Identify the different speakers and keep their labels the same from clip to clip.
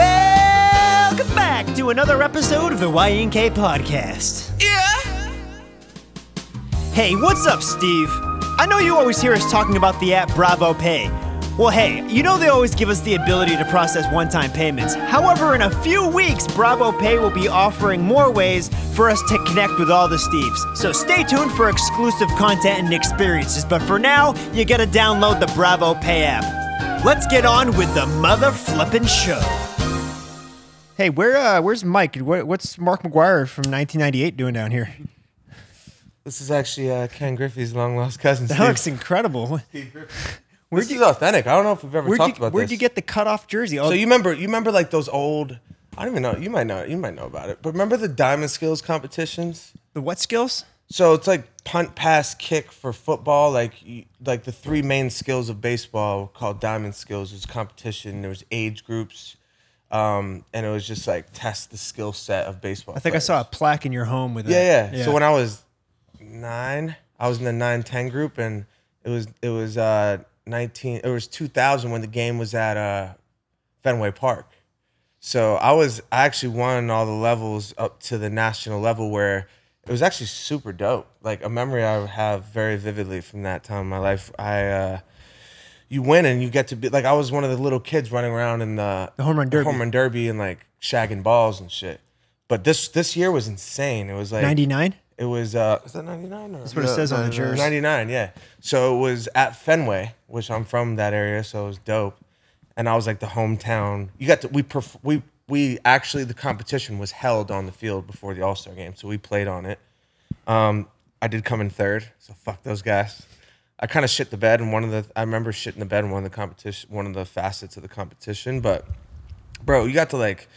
Speaker 1: Welcome back to another episode of the YNK podcast.
Speaker 2: Yeah.
Speaker 1: Hey, what's up, Steve? I know you always hear us talking about the app Bravo Pay. Well, hey, you know they always give us the ability to process one time payments. However, in a few weeks, Bravo Pay will be offering more ways for us to connect with all the Steves. So stay tuned for exclusive content and experiences. But for now, you gotta download the Bravo Pay app. Let's get on with the mother flippin' show. Hey, where uh, where's Mike? Where, what's Mark McGuire from 1998 doing down here?
Speaker 2: This is actually uh, Ken Griffey's long lost cousin.
Speaker 1: That
Speaker 2: Steve.
Speaker 1: looks incredible.
Speaker 2: this is authentic. I don't know if we've ever
Speaker 1: Where'd,
Speaker 2: talked
Speaker 1: you,
Speaker 2: about
Speaker 1: where'd
Speaker 2: this.
Speaker 1: you get the cutoff jersey? Oh,
Speaker 2: So you remember? You remember like those old? I don't even know. You might know. You might know about it. But remember the diamond skills competitions?
Speaker 1: the what skills?
Speaker 2: So it's like punt, pass, kick for football. Like you, like the three main skills of baseball called diamond skills. There's competition. There was age groups, um, and it was just like test the skill set of baseball.
Speaker 1: I think I saw a plaque in your home with it.
Speaker 2: Yeah, yeah. So when I was nine, I was in the nine ten group, and it was it was uh, nineteen. It was two thousand when the game was at uh, Fenway Park. So I was I actually won all the levels up to the national level where it was actually super dope. Like a memory I have very vividly from that time in my life. I uh, you win and you get to be like I was one of the little kids running around in the,
Speaker 1: The home run derby.
Speaker 2: home run derby, and like shagging balls and shit. But this this year was insane. It was like
Speaker 1: 99?
Speaker 2: it was uh is that 99 or That's
Speaker 1: what it says on the jersey.
Speaker 2: 99, yeah. So it was at Fenway, which I'm from that area, so it was dope. And I was like the hometown. You got to we perf- we we actually the competition was held on the field before the All-Star game, so we played on it. Um I did come in third, so fuck those guys. I kind of shit the bed in one of the I remember shitting the bed in one of the competition one of the facets of the competition, but bro, you got to like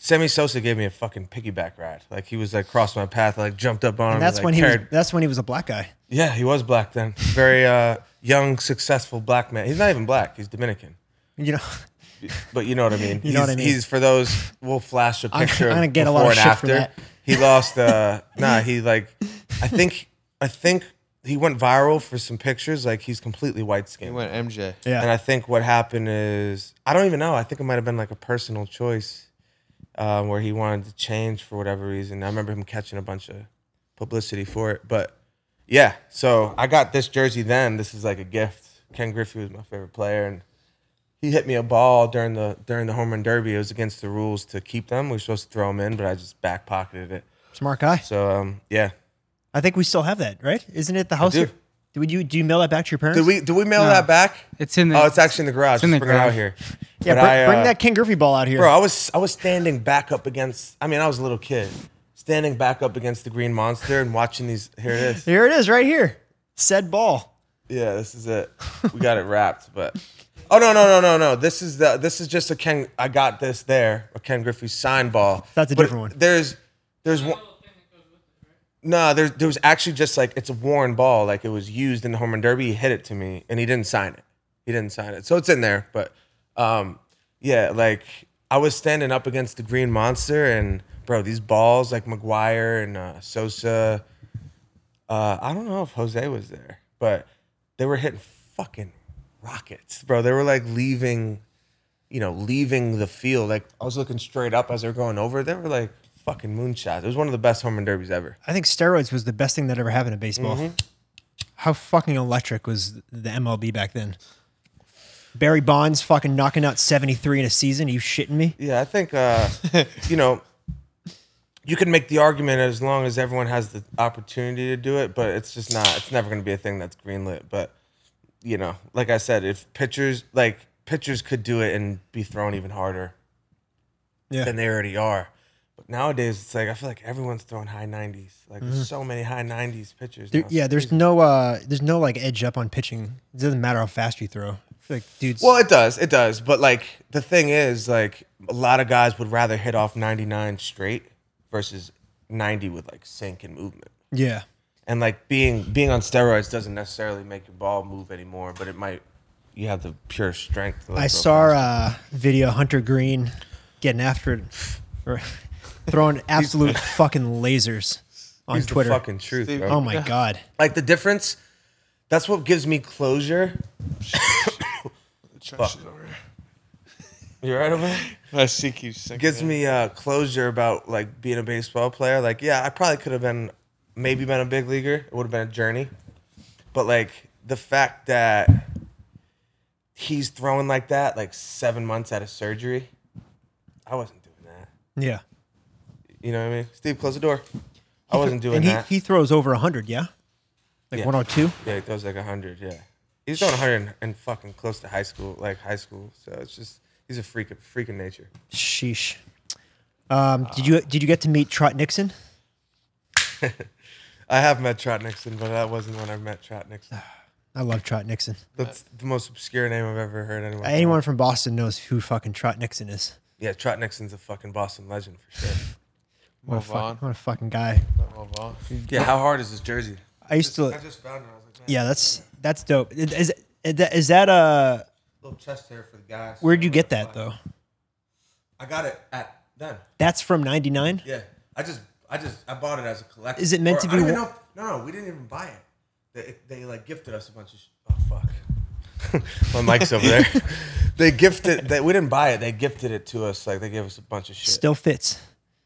Speaker 2: Sammy Sosa gave me a fucking piggyback ride. Like he was like crossed my path, I, like jumped up on him.
Speaker 1: That's
Speaker 2: like,
Speaker 1: when he was,
Speaker 2: carried-
Speaker 1: that's when he was a black guy.
Speaker 2: yeah, he was black then. Very uh, young, successful black man. He's not even black. He's Dominican.
Speaker 1: You know,
Speaker 2: But you know what I mean.
Speaker 1: You know what I
Speaker 2: He's-
Speaker 1: mean.
Speaker 2: He's for those. We'll flash a
Speaker 1: I'm-
Speaker 2: picture.
Speaker 1: I'm gonna get a lot
Speaker 2: before
Speaker 1: of
Speaker 2: and
Speaker 1: shit for
Speaker 2: after.
Speaker 1: that.
Speaker 2: He lost. Uh, nah, he like. I think. I think he went viral for some pictures. Like he's completely white
Speaker 3: He
Speaker 2: skinned.
Speaker 3: went MJ.
Speaker 1: yeah.
Speaker 2: And I think what happened is I don't even know. I think it might have been like a personal choice uh, where he wanted to change for whatever reason. I remember him catching a bunch of publicity for it. But yeah, so I got this jersey then. This is like a gift. Ken Griffey was my favorite player, and he hit me a ball during the during the home run derby. It was against the rules to keep them. We were supposed to throw them in, but I just back pocketed it.
Speaker 1: Smart guy.
Speaker 2: So um, yeah.
Speaker 1: I think we still have that, right? Isn't it the house?
Speaker 2: do.
Speaker 1: Do you do you mail that back to your parents?
Speaker 2: Did we did we mail that back?
Speaker 4: It's in the-
Speaker 2: Oh, it's actually in the garage.
Speaker 4: it's in
Speaker 2: Let's
Speaker 4: the
Speaker 2: bring it out
Speaker 4: garage.
Speaker 2: here.
Speaker 1: yeah,
Speaker 2: But
Speaker 1: bring,
Speaker 2: I,
Speaker 1: bring
Speaker 2: uh,
Speaker 1: that King Griffey ball out here.
Speaker 2: Bro, I was I was standing back up against. I mean, I was a little kid, standing back up against the green monster and watching these. Here it is.
Speaker 1: Here it is, right here. Said ball.
Speaker 2: Yeah, this is it. We got it wrapped, but oh no no no no no. This is the this is just a Ken. I got this there a Ken Griffey sign ball.
Speaker 1: That's a
Speaker 2: But
Speaker 1: different one.
Speaker 2: There's there's one. No, there, there was actually just like it's a worn ball, like it was used in the home run derby. He hit it to me, and he didn't sign it. He didn't sign it, so it's in there. But um, yeah, like I was standing up against the green monster, and bro, these balls like McGuire and uh, Sosa. Uh, I don't know if Jose was there, but they were hitting fucking rockets, bro. They were like leaving, you know, leaving the field. Like I was looking straight up as they were going over. They were like fucking moonshots. It was one of the best home run derbies ever.
Speaker 1: I think steroids was the best thing that ever happened to baseball.
Speaker 2: Mm-hmm.
Speaker 1: How fucking electric was the MLB back then? Barry Bonds fucking knocking out 73 in a season. Are you shitting me?
Speaker 2: Yeah, I think uh, you know you can make the argument as long as everyone has the opportunity to do it, but it's just not. It's never going to be a thing that's greenlit. But you know, like I said, if pitchers like pitchers could do it and be thrown even harder
Speaker 1: Yeah.
Speaker 2: than they already are. But nowadays, it's like I feel like everyone's throwing high nineties. Like there's so many high nineties pitchers.
Speaker 1: Mm-hmm. There,
Speaker 2: now.
Speaker 1: yeah, there's no uh there's no like edge up on pitching. It doesn't matter how fast you throw. I feel Like dudes
Speaker 2: Well, it does. It does. But like the thing is, like a lot of guys would rather hit off 99 straight versus 90 with like sink and movement.
Speaker 1: Yeah.
Speaker 2: And like being being on steroids doesn't necessarily make your ball move anymore, but it might. You have the pure strength. to, like,
Speaker 1: I
Speaker 2: go
Speaker 1: saw a video Hunter Green getting after it or throwing absolute fucking lasers on
Speaker 2: He's the
Speaker 1: Twitter.
Speaker 2: fucking truth.
Speaker 3: Steve-
Speaker 2: bro.
Speaker 1: oh my god.
Speaker 2: Like the difference. That's what gives me closure.
Speaker 3: The trash is over here.
Speaker 2: You all right over there?
Speaker 3: I think you sick.
Speaker 2: gives me uh, closure about like being a baseball player. Like, yeah, I probably could have been, maybe been a big leaguer. It would have been a journey, but like the fact that he's throwing like that, like seven months out of surgery, I wasn't doing that.
Speaker 1: Yeah.
Speaker 2: You know what I mean? Steve, close the door. I wasn't doing
Speaker 1: and
Speaker 2: that.
Speaker 1: he, he throws over 100, yeah? Like
Speaker 2: Yeah.
Speaker 1: 102?
Speaker 2: yeah, he throws like hundred. Yeah, he's throwing hundred and, and fucking close to high school, like high school. So it's just he's a freak, of freak of nature.
Speaker 1: Sheesh. Um, did you did you get to meet Trot Nixon?
Speaker 2: I have met Trot Nixon, but that wasn't when I met Trot Nixon.
Speaker 1: I love Trot Nixon.
Speaker 2: That's the most obscure name I've ever heard anyone. call
Speaker 1: Anyone from Boston knows who fucking Trot Nixon is.
Speaker 2: it. Yeah, Trot Nixon's a fucking Boston legend for sure.
Speaker 1: What a,
Speaker 3: Move on.
Speaker 1: fuck, what a fucking guy.
Speaker 3: Move on.
Speaker 2: yeah, how hard is this jersey?
Speaker 1: I used to.
Speaker 2: I just found it. I was like, man,
Speaker 1: Yeah, that's that's dope. Is is that, is that uh
Speaker 2: little chest hair for the guys.
Speaker 1: where'd you get that though?
Speaker 2: I got it at done.
Speaker 1: That's from '99.
Speaker 2: Yeah, I just, I just, I bought it as a collection.
Speaker 1: Is it meant to
Speaker 2: Or I
Speaker 1: be
Speaker 2: don't even
Speaker 1: wa-
Speaker 2: know- no, no, we didn't even buy it. They, they like gifted us a bunch of. Sh- oh fuck. My mic's over there. they gifted. They, we didn't buy it. They gifted it to us. Like they gave us a bunch of shit.
Speaker 1: Still fits.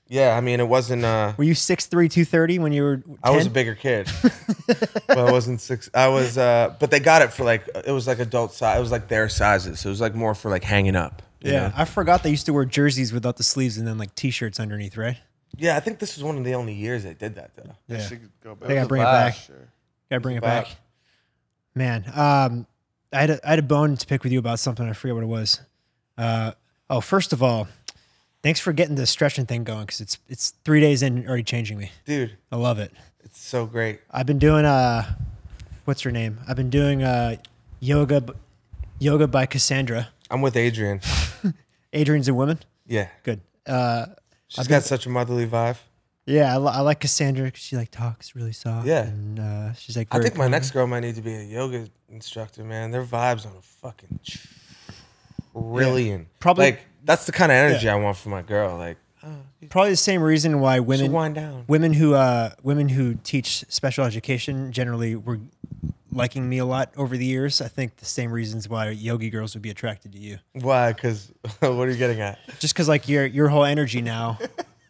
Speaker 2: Yeah, I mean it wasn't. uh
Speaker 1: Were you 6'3", 230 when you were? 10?
Speaker 2: I was a bigger kid. but I wasn't six. I was, uh, but they got it for like it was like adult size. It was like their sizes. It was like more for like hanging up. you
Speaker 1: Yeah,
Speaker 2: know?
Speaker 1: I forgot they used to wear jerseys without the sleeves and then like t-shirts underneath, right?
Speaker 2: yeah. I think this was one of the only years they did that though.
Speaker 1: Yeah.
Speaker 3: Should go back.
Speaker 1: They gotta bring it back. Gotta bring it
Speaker 2: about-
Speaker 1: back. Man, um, I had a, I had a bone to pick with you about something. I forget what it was. Uh, oh, first of all, thanks for getting the stretching thing going because it's it's three days in already changing me.
Speaker 2: Dude,
Speaker 1: I love it.
Speaker 2: it's so great.
Speaker 1: I've been doing uh, what's her name? I've been doing uh, yoga, b- yoga by Cassandra.
Speaker 2: I'm with Adrian.
Speaker 1: Adrian's a woman.
Speaker 2: Yeah,
Speaker 1: Good. Uh,
Speaker 2: she's got such a motherly vibe.
Speaker 1: yeah, I, li- I like Cassandra because she like talks really soft.
Speaker 2: Yeah.
Speaker 1: and uh, she's like.
Speaker 2: I
Speaker 1: very
Speaker 2: think my next girl might need to be a yoga instructor, man. Their vibes on a fucking trillion.
Speaker 1: Probably-
Speaker 2: like that's the kind of energy I want for my girl. Like
Speaker 1: probably the same reason why
Speaker 2: to
Speaker 1: women
Speaker 2: wind down.
Speaker 1: women who uh, women who teach special education generally were liking me a lot over the years. I think the same reasons why yogi girls would be attracted to you,
Speaker 2: Why? Because what are you getting at?
Speaker 1: just because like your your whole energy now,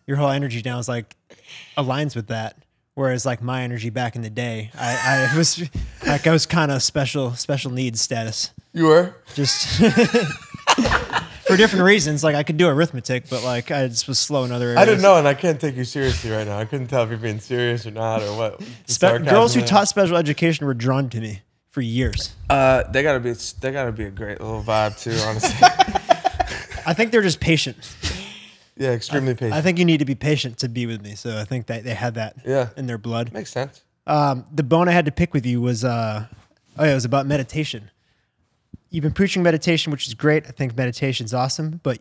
Speaker 1: your whole energy now is like aligns with that. Whereas like my energy back in the day, I, I was like I was kind of special special needs status,
Speaker 2: You were.
Speaker 1: just. For different reasons, like I could do arithmetic, but like I just was slow in other areas.
Speaker 2: I didn't know, and I can't take you seriously right now. I couldn't tell if you're being serious or not, or what. The
Speaker 1: Spe-
Speaker 2: sarcasm
Speaker 1: girls who
Speaker 2: in it.
Speaker 1: taught special education were drawn to me for years.
Speaker 2: uh, they gotta be, they gotta be a great little vibe too. Honestly,
Speaker 1: I think they're just patient.
Speaker 2: yeah, extremely patient.
Speaker 1: I think you need to be patient to be with me. So I think that they had that
Speaker 2: Yeah.
Speaker 1: in their blood.
Speaker 2: makes sense.
Speaker 1: Um, the bone I had to pick with you was uh, oh yeah, it was about meditation. You've been preaching meditation, which is great. I think meditation's awesome. But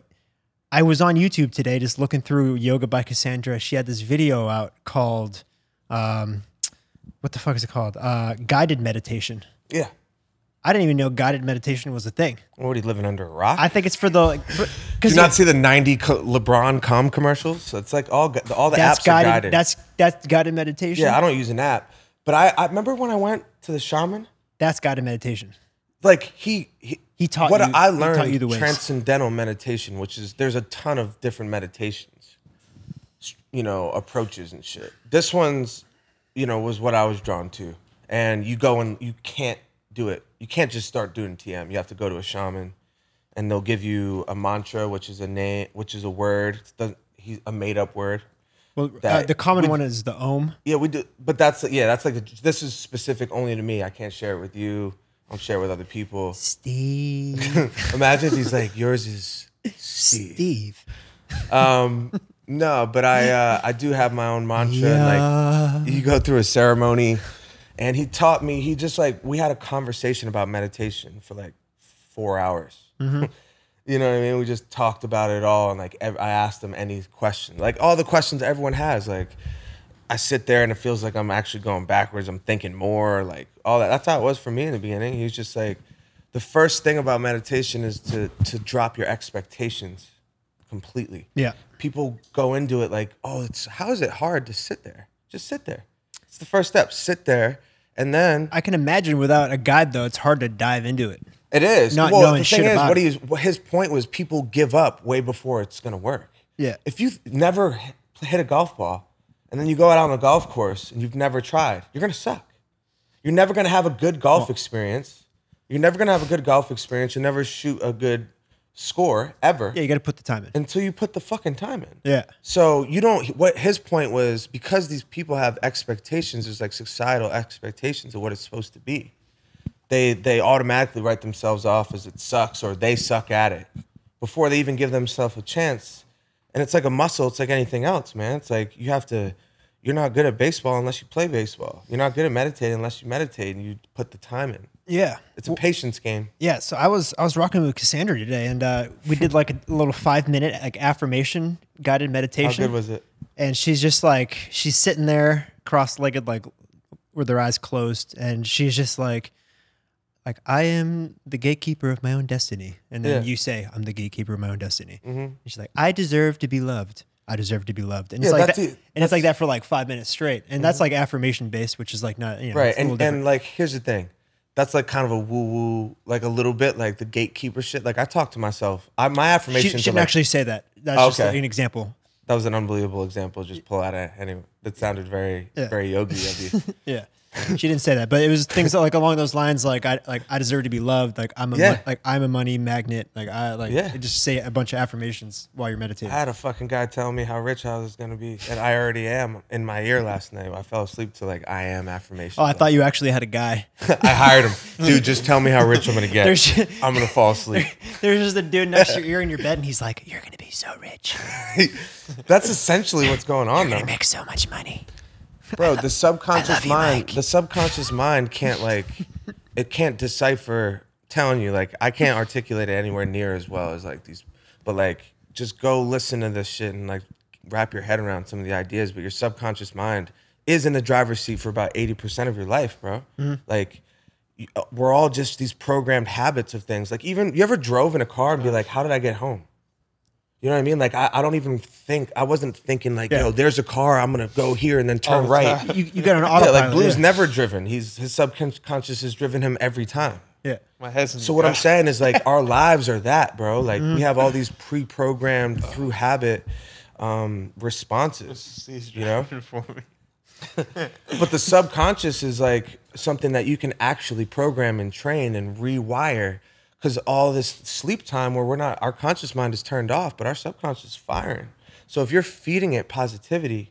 Speaker 1: I was on YouTube today, just looking through Yoga by Cassandra. She had this video out called, um, what the fuck is it called? Uh, guided meditation.
Speaker 2: Yeah.
Speaker 1: I didn't even know guided meditation was a thing.
Speaker 2: What are you living under a rock?
Speaker 1: I think it's for the
Speaker 2: Did
Speaker 1: because
Speaker 2: you not see the '90 co- LeBron com commercials? It's like all gu- all the
Speaker 1: that's
Speaker 2: apps
Speaker 1: guided,
Speaker 2: are guided.
Speaker 1: That's that's guided meditation.
Speaker 2: yeah, I don't use an app, but I, I remember when I went to the shaman.
Speaker 1: that's guided meditation.
Speaker 2: Like he he,
Speaker 1: He taught
Speaker 2: what
Speaker 1: you-
Speaker 2: I
Speaker 1: he
Speaker 2: learned
Speaker 1: taught you the ways.
Speaker 2: transcendental meditation, which is there's a ton of different meditations, you know, approaches and shit. This one's, you know, was what I was drawn to, and you go and you can't do it. You can't just start doing TM. You have to go to a shaman. and they'll give you a mantra, which is a name, which is a word. It's the- He's a made up word.
Speaker 1: Well, uh,
Speaker 2: That-
Speaker 1: the common one is the Om.
Speaker 2: Yeah, we do, but that's yeah, that's like a, this is specific only to me. I can't share it with you. I'll share it with other people.
Speaker 1: Steve.
Speaker 2: Imagine if he's like yours is Steve.
Speaker 1: Steve.
Speaker 2: Um, no, but I uh, I do have my own mantra. And like you go through a ceremony, and he taught me. He just like we had a conversation about meditation for like four hours. You know what I mean? We just talked about it all, and like ev- I asked him any question, like all the questions everyone has. Like I sit there, and it feels like I'm actually going backwards. I'm thinking more, like all that. That's how it was for me in the beginning. He was just like, the first thing about meditation is to to drop your expectations completely.
Speaker 1: Yeah.
Speaker 2: People go into it like, oh, it's how is it hard to sit there? Just sit there. It's the first step. Sit there, and then
Speaker 1: I can imagine without a guide though, it's hard to dive into it.
Speaker 2: It is.
Speaker 1: Not
Speaker 2: well,
Speaker 1: knowing
Speaker 2: the thing
Speaker 1: shit
Speaker 2: is,
Speaker 1: about
Speaker 2: what
Speaker 1: it.
Speaker 2: he's what his point was, people give up way before it's going to work.
Speaker 1: Yeah.
Speaker 2: If you've never h- hit a golf ball, and then you go out on the golf course and you've never tried, you're going to suck. You're never going to have a good golf experience. You're never going to have a good golf experience. You'll never shoot a good score ever
Speaker 1: Yeah, you got to put the time in.
Speaker 2: until you put the fucking time in.
Speaker 1: Yeah.
Speaker 2: So you don't. What his point was because these people have expectations. There's like societal expectations of what it's supposed to be. They they automatically write themselves off as it sucks or they suck at it before they even give themselves a chance. And it's like a muscle. It's like anything else, man. It's like you have to. You're not good at baseball unless you play baseball. You're not good at meditating unless you meditate and you put the time in.
Speaker 1: Yeah.
Speaker 2: It's a patience game.
Speaker 1: Yeah, so I was I was rocking with Cassandra today, and uh, we did like a little five minute like affirmation guided
Speaker 2: How
Speaker 1: meditation.
Speaker 2: good was it?
Speaker 1: and she's just like she's sitting there cross-legged like with her eyes closed and she's just like like i am the gatekeeper of my own destiny and then
Speaker 2: Yeah. Mm-hmm.
Speaker 1: you say i'm the gatekeeper of my own destiny and she's like i deserve to be loved i deserve to be loved and it's
Speaker 2: Yeah,
Speaker 1: like
Speaker 2: that's
Speaker 1: that,
Speaker 2: it.
Speaker 1: and it's like that for like five minutes straight and that's like affirmation based which is like not you know
Speaker 2: right
Speaker 1: it's a little
Speaker 2: and
Speaker 1: different.
Speaker 2: and like here's the thing that's like kind of a woo woo like a little bit like the gatekeeper shit like i talk to myself I, my
Speaker 1: she
Speaker 2: affirmations
Speaker 1: she didn't
Speaker 2: are like- Oh,
Speaker 1: actually say that that's just
Speaker 2: Okay.
Speaker 1: like an example
Speaker 2: that was an unbelievable example just pull out a anyway that sounded very very yogi of you
Speaker 1: Yeah. She didn't say that, but it was things that, like along those lines, like I like I deserve to be loved, like I'm a mon-
Speaker 2: Yeah.
Speaker 1: like I'm a money magnet, like I like
Speaker 2: Yeah.
Speaker 1: just say a bunch of affirmations while you're meditating.
Speaker 2: i had a fucking guy telling me how rich i was gonna be and i already am in my ear last night i fell asleep to like i am affirmation
Speaker 1: oh, I thought you actually had a guy.
Speaker 2: i hired him dude just tell me how rich i'm gonna get
Speaker 1: There's-
Speaker 2: i'm gonna fall asleep
Speaker 1: There's just a dude next to your ear in your bed, and he's like, "You're gonna be so rich,
Speaker 2: that's essentially what's going on though
Speaker 1: you make so much money."
Speaker 2: bro the subconscious
Speaker 1: you,
Speaker 2: mind
Speaker 1: Mike.
Speaker 2: the subconscious mind can't like it can't decipher telling you like i can't articulate it anywhere near as well as like these but like just go listen to this shit and like wrap your head around some of the ideas but your subconscious mind is in the driver's seat for about 80% of your life bro like you- uh, we're all just these programmed habits of things like even you ever drove in a car and be like how did i get home you know what I mean? Like I, I don't even think I wasn't thinking like, yo, there's a car, I'm gonna go here and then turn right.
Speaker 1: You, you got an
Speaker 2: Yeah,
Speaker 1: Oh, autopilot.
Speaker 2: like Blue's
Speaker 1: yeah.
Speaker 2: never driven. He's his subconscious has driven him every time.
Speaker 1: yeah. Mm-hmm.
Speaker 3: My head's in
Speaker 2: So what I'm saying is like our lives are that, bro. Like we have all these pre-programmed through habit um, responses,
Speaker 3: He's
Speaker 2: you know.
Speaker 3: driving for me.
Speaker 2: But the subconscious is like something that you can actually program and train and rewire. Because all this sleep time where we're not, our conscious mind is turned off, but our subconscious is firing. So if you're feeding it positivity,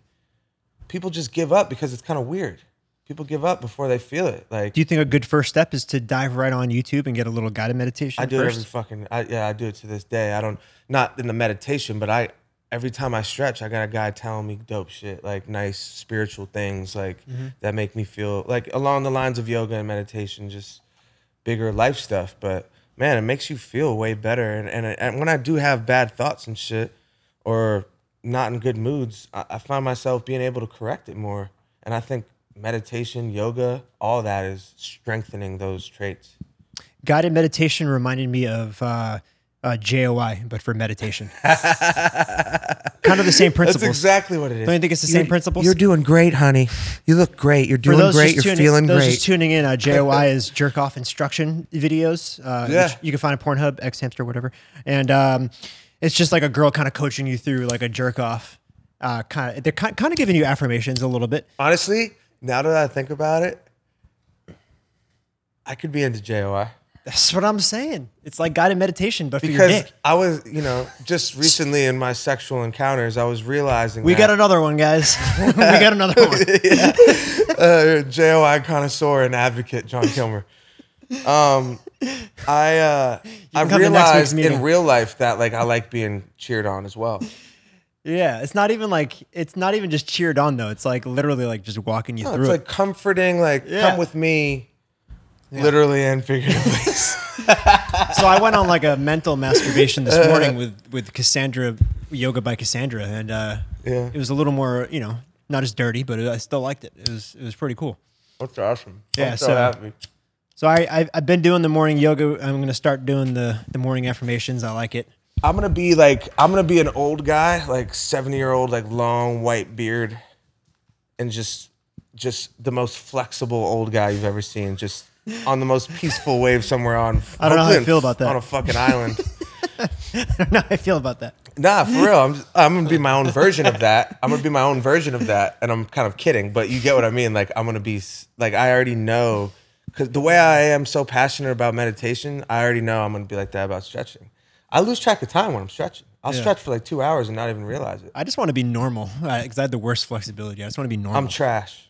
Speaker 2: people just give up because it's kind of weird. People give up before they feel it. Like
Speaker 1: Do you think a good first step is to dive right on YouTube and get a little guided meditation?
Speaker 2: I do it
Speaker 1: first?
Speaker 2: every fucking I, yeah. I do it to this day. I don't not in the meditation, but I every time I stretch, I got a guy telling me dope shit, like nice spiritual things, like that make me feel like along the lines of yoga and meditation, just bigger life stuff. But man, it makes you feel way better. And and, and when I do have bad thoughts and shit, or not in good moods, I, I find myself being able to correct it more. And I think meditation, yoga, all that is strengthening those traits.
Speaker 1: guided meditation reminded me of uh, uh, JOI, but for meditation. kind of the same
Speaker 2: That's
Speaker 1: principles.
Speaker 2: exactly what it is.
Speaker 1: Don't you think it's the same principles?
Speaker 2: You're doing great, honey. You look great. You're
Speaker 1: For
Speaker 2: doing great.
Speaker 1: just
Speaker 2: You're
Speaker 1: tuning,
Speaker 2: feeling
Speaker 1: those
Speaker 2: great.
Speaker 1: just tuning in, uh, JOI is jerk off instruction videos. Uh,
Speaker 2: Yeah.
Speaker 1: which you can find on Pornhub, X Hamster, whatever. And um, it's just like a girl kind of coaching you through like a jerk off. Uh, kind of, they're kind of giving you affirmations a little bit.
Speaker 2: Honestly, now that I think about it, I could be into JOI
Speaker 1: That's what I'm saying. It's like guided meditation, but for your
Speaker 2: because
Speaker 1: dick.
Speaker 2: I was, you know, just recently in my sexual encounters, I was realizing
Speaker 1: We
Speaker 2: that
Speaker 1: got another one, guys. we got another one.
Speaker 2: uh, JOI connoisseur and advocate John Kilmer. Um, I uh, I
Speaker 1: come to next week's
Speaker 2: realized in
Speaker 1: meeting.
Speaker 2: real life that like I like being cheered on as well.
Speaker 1: Yeah, it's not even like it's not even just cheered on though. It's like literally like just walking you
Speaker 2: No,
Speaker 1: through
Speaker 2: it's
Speaker 1: it.
Speaker 2: like comforting. Like
Speaker 1: Yeah.
Speaker 2: come with me, literally and figuratively.
Speaker 1: so I went on like a mental masturbation this morning with with Cassandra yoga by Cassandra, and uh,
Speaker 2: Yeah.
Speaker 1: it was a little more you know not as dirty, but I still liked it. It was it was pretty cool.
Speaker 2: That's awesome.
Speaker 1: Yeah, so- So I I've, I've been doing the morning yoga. I'm gonna start doing the the morning affirmations. I like it.
Speaker 2: I'm gonna be like I'm gonna be an old guy, like 70 year old, like long white beard, and just just the most flexible old guy you've ever seen. Just on the most peaceful wave somewhere on.
Speaker 1: I don't know how I
Speaker 2: hopefully in-
Speaker 1: feel about that.
Speaker 2: On a fucking island.
Speaker 1: I don't know how I feel about that.
Speaker 2: nah, for real. I'm just, I'm gonna be my own version of that. I'm gonna be my own version of that, and I'm kind of kidding, but you get what I mean. Like I'm gonna be s- like I already know because the way I am so passionate about meditation, I already know I'm gonna be like that about stretching. I lose track of time when I'm stretching. I'll stretch for like two hours and not even realize it.
Speaker 1: I just want to be normal because I had the worst flexibility. I just want to be normal.
Speaker 2: I'm trash.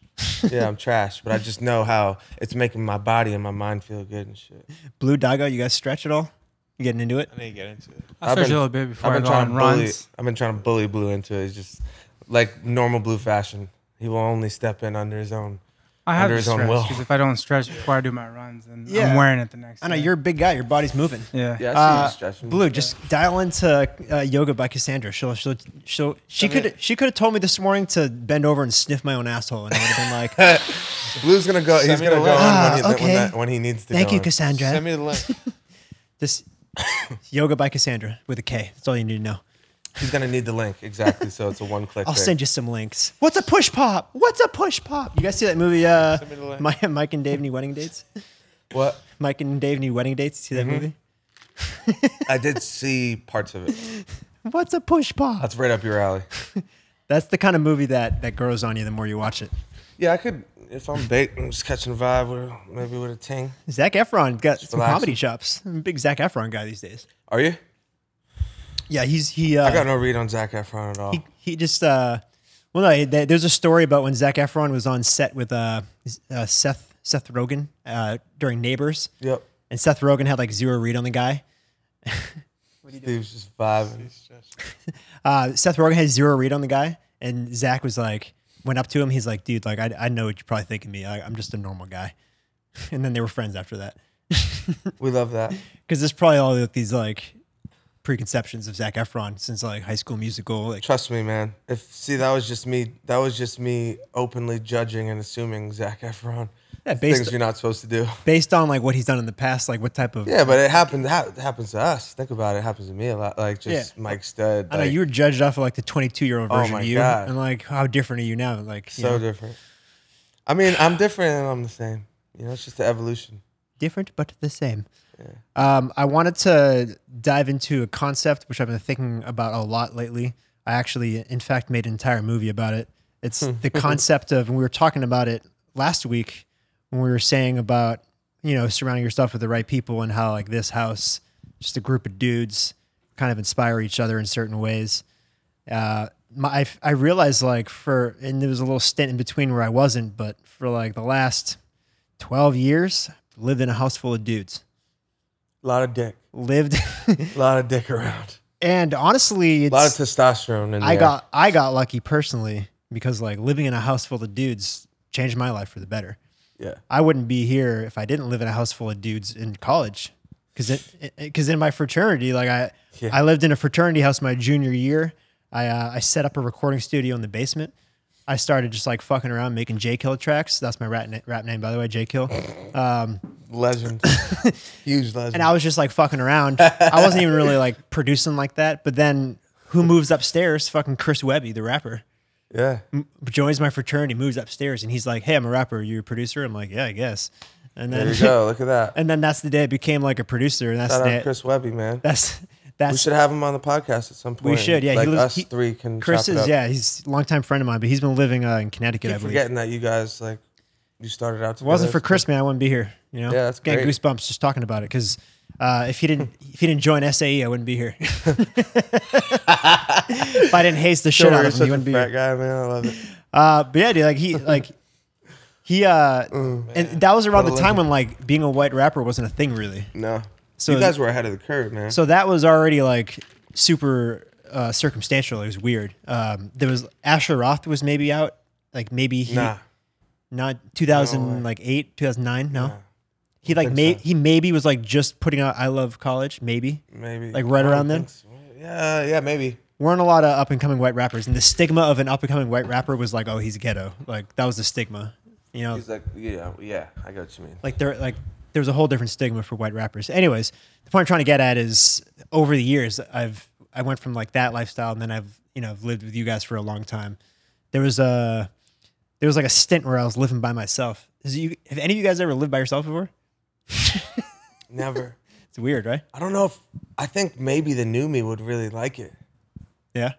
Speaker 2: yeah, I'm trash, but I just know how it's making my body and my mind feel good and shit.
Speaker 1: Blue Doggo, you guys stretch at all? You getting into it?
Speaker 3: I need to get into it.
Speaker 2: I've
Speaker 4: I stretch
Speaker 2: been-
Speaker 4: a little bit before
Speaker 2: I've
Speaker 4: I
Speaker 2: been
Speaker 4: go
Speaker 2: trying
Speaker 4: on
Speaker 2: to bully,
Speaker 4: runs.
Speaker 2: I've been trying to bully Blue into it. It's just like normal Blue fashion. He will only step in under his own.
Speaker 4: I have
Speaker 2: under
Speaker 4: to
Speaker 2: his own
Speaker 4: stretch
Speaker 2: will.
Speaker 4: because if I don't stretch before I do my runs, then
Speaker 1: Yeah.
Speaker 4: I'm wearing it the next.
Speaker 1: I know
Speaker 4: day.
Speaker 1: you're a big guy. Your body's moving.
Speaker 2: Yeah, I
Speaker 4: Yeah.
Speaker 2: see you
Speaker 1: Uh,
Speaker 2: stretching.
Speaker 1: Blue, just dial into uh, yoga by Cassandra. She'll, she'll, she'll, she could, she could have told me this morning to bend over and sniff my own asshole, and I would have been like,
Speaker 2: Blue's gonna go. He's
Speaker 3: Send me
Speaker 2: gonna
Speaker 3: the
Speaker 2: go on when,
Speaker 3: link.
Speaker 2: he,
Speaker 1: Ah,
Speaker 2: when,
Speaker 1: okay.
Speaker 2: that, when he needs to.
Speaker 1: "Thank
Speaker 2: go
Speaker 1: you,
Speaker 2: on.
Speaker 1: Cassandra."
Speaker 3: Send me the link.
Speaker 1: This yoga by Cassandra with a K. That's all you need to know.
Speaker 2: He's gonna need the link exactly. So it's a one click.
Speaker 1: I'll send you some links. What's a push pop? What's a push pop? You guys see that movie, uh,
Speaker 3: Send me the link.
Speaker 1: Mi- Mike and Dave Need Wedding Dates?
Speaker 2: What
Speaker 1: Mike and Dave Need Wedding Dates. See that
Speaker 3: Mm-hmm.
Speaker 1: movie?
Speaker 2: I did see parts of it.
Speaker 1: What's a push pop?
Speaker 2: That's right up your alley.
Speaker 1: That's the kind of movie that that grows on you the more you watch it.
Speaker 2: Yeah, I could if I'm baked, I'm just catching a vibe with maybe with a ting.
Speaker 1: Zach Efron got some
Speaker 2: relax.
Speaker 1: comedy chops. I'm a big Zach Efron guy these days.
Speaker 2: Are you?
Speaker 1: Yeah, he's he. Uh,
Speaker 2: I got no read on Zach Efron at all.
Speaker 1: he, he just uh, well, no, th- there's a story about when Zach Efron was on set with uh, uh Seth Seth Rogen uh, during Neighbors,
Speaker 2: yep.
Speaker 1: and Seth Rogen had like zero read on the guy.
Speaker 2: Steve's just vibing.
Speaker 1: Uh, Seth Rogen had zero read on the guy, and Zach was like, went up to him. He's like, dude, like I, I know what you're probably thinking of me. I, I'm just a normal guy. And then they were friends after that,
Speaker 2: We love that.
Speaker 1: because there's probably all of these like preconceptions of Zach Efron since like High School Musical. Like,
Speaker 2: Trust me, man. If see, that was just me. That was just me openly judging and assuming Zach Efron.
Speaker 1: Yeah,
Speaker 2: things
Speaker 1: based,
Speaker 2: you're not supposed to do.
Speaker 1: based on like what he's done in the past, like what type of
Speaker 2: Yeah, but it happens. Ha- it happens to us. Think about it. It happens to me a lot. Like just
Speaker 1: Yeah.
Speaker 2: Mike Stud.
Speaker 1: I know
Speaker 2: like,
Speaker 1: you were judged off of like the 22 year old
Speaker 2: Oh
Speaker 1: version
Speaker 2: my
Speaker 1: of you,
Speaker 2: God.
Speaker 1: and like how different are you now? Like you
Speaker 2: so
Speaker 1: know,
Speaker 2: different. I mean, I'm different and I'm the same. You know, it's just the evolution.
Speaker 1: different but the same. Um, I wanted to dive into a concept which I've been thinking about a lot lately. I actually, in fact, made an entire movie about it. It's the concept of, and we were talking about it last week when we were saying about you know surrounding yourself with the right people and how like this house, just a group of dudes, kind of inspire each other in certain ways. uh, my, I, I realized like for, and there was a little stint in between where I wasn't, but for like the last 12 years, I've lived in a house full of dudes.
Speaker 2: A lot of dick.
Speaker 1: Lived,
Speaker 2: A lot of dick around.
Speaker 1: and honestly,
Speaker 2: A lot of
Speaker 1: it's,
Speaker 2: testosterone. In
Speaker 1: I
Speaker 2: there.
Speaker 1: got I got lucky personally because like living in a house full of dudes changed my life for the better.
Speaker 2: Yeah.
Speaker 1: I wouldn't be here if I didn't live in a house full of dudes in college. Because because in my fraternity, like I
Speaker 2: Yeah.
Speaker 1: I lived in a fraternity house my junior year. I uh, I set up a recording studio in the basement. I started just like fucking around making J Kill tracks. That's my rap, na- rap name, by the way, J Kill.
Speaker 2: Legend. Huge legend.
Speaker 1: And I was just like fucking around. I wasn't even really like producing like that. But then who moves upstairs? Fucking Chris Webby, the rapper,
Speaker 2: yeah.
Speaker 1: joins my fraternity, moves upstairs, and he's like, "Hey, I'm a rapper. Are you a producer?" I'm like, "Yeah, I guess." And then
Speaker 2: There you go. Look at that.
Speaker 1: and then that's the day it became like a producer, and that's
Speaker 2: Shout
Speaker 1: the
Speaker 2: out
Speaker 1: day.
Speaker 2: Chris Webby, man.
Speaker 1: That's
Speaker 2: We
Speaker 1: that's
Speaker 2: should have him on the podcast at some point.
Speaker 1: should, yeah, he
Speaker 2: Like
Speaker 1: lives-
Speaker 2: us
Speaker 1: he-
Speaker 2: three can.
Speaker 1: Chris
Speaker 2: chop it
Speaker 1: is
Speaker 2: up.
Speaker 1: yeah, he's a longtime friend of mine, but he's been living uh, in Connecticut, I
Speaker 2: Keep
Speaker 1: believe.
Speaker 2: forgetting that you guys like you started out.
Speaker 1: If it wasn't for
Speaker 2: together.
Speaker 1: Chris, man, I wouldn't be here. You know,
Speaker 2: Yeah, that's
Speaker 1: getting
Speaker 2: great.
Speaker 1: goosebumps just talking about it because uh, if he didn't if he didn't join SAE, I wouldn't be here. if I didn't haze the shit
Speaker 2: Don't worry,
Speaker 1: out of
Speaker 2: you're
Speaker 1: him, he wouldn't
Speaker 2: such a
Speaker 1: be
Speaker 2: frat
Speaker 1: here.
Speaker 2: guy, man. I love it.
Speaker 1: Uh, but yeah, dude, like he like he uh, and that was around
Speaker 2: Oh, What
Speaker 1: the
Speaker 2: a
Speaker 1: time when like being a white rapper wasn't a thing really.
Speaker 2: No.
Speaker 1: So-
Speaker 2: you guys were ahead of the curve, man.
Speaker 1: So that was already like super uh, circumstantial. It was weird. Um, there was Asher Roth was maybe out, like maybe he
Speaker 2: nah.
Speaker 1: not 2000 like eight 2009 no he like
Speaker 2: think
Speaker 1: may
Speaker 2: so.
Speaker 1: he maybe was like just putting out i love college maybe
Speaker 2: Maybe.
Speaker 1: Like, right
Speaker 2: I don't
Speaker 1: around then?
Speaker 2: think so. Yeah, yeah, maybe.
Speaker 1: weren't a lot of up and coming white rappers and the stigma of an up and coming white rapper was like oh he's ghetto like that was the stigma you know
Speaker 2: He's like, yeah, yeah, I got what you mean.
Speaker 1: like there like there was a whole different stigma for white rappers anyways the point i'm trying to get at is over the years i've i went from like that lifestyle and then i've you know i've lived with you guys for a long time there was a there was like a stint where i was living by myself Is you, have any of you guys ever lived by yourself before
Speaker 2: Never.
Speaker 1: It's weird, right?
Speaker 2: I don't know if I think maybe the new me would really like it.
Speaker 1: Yeah.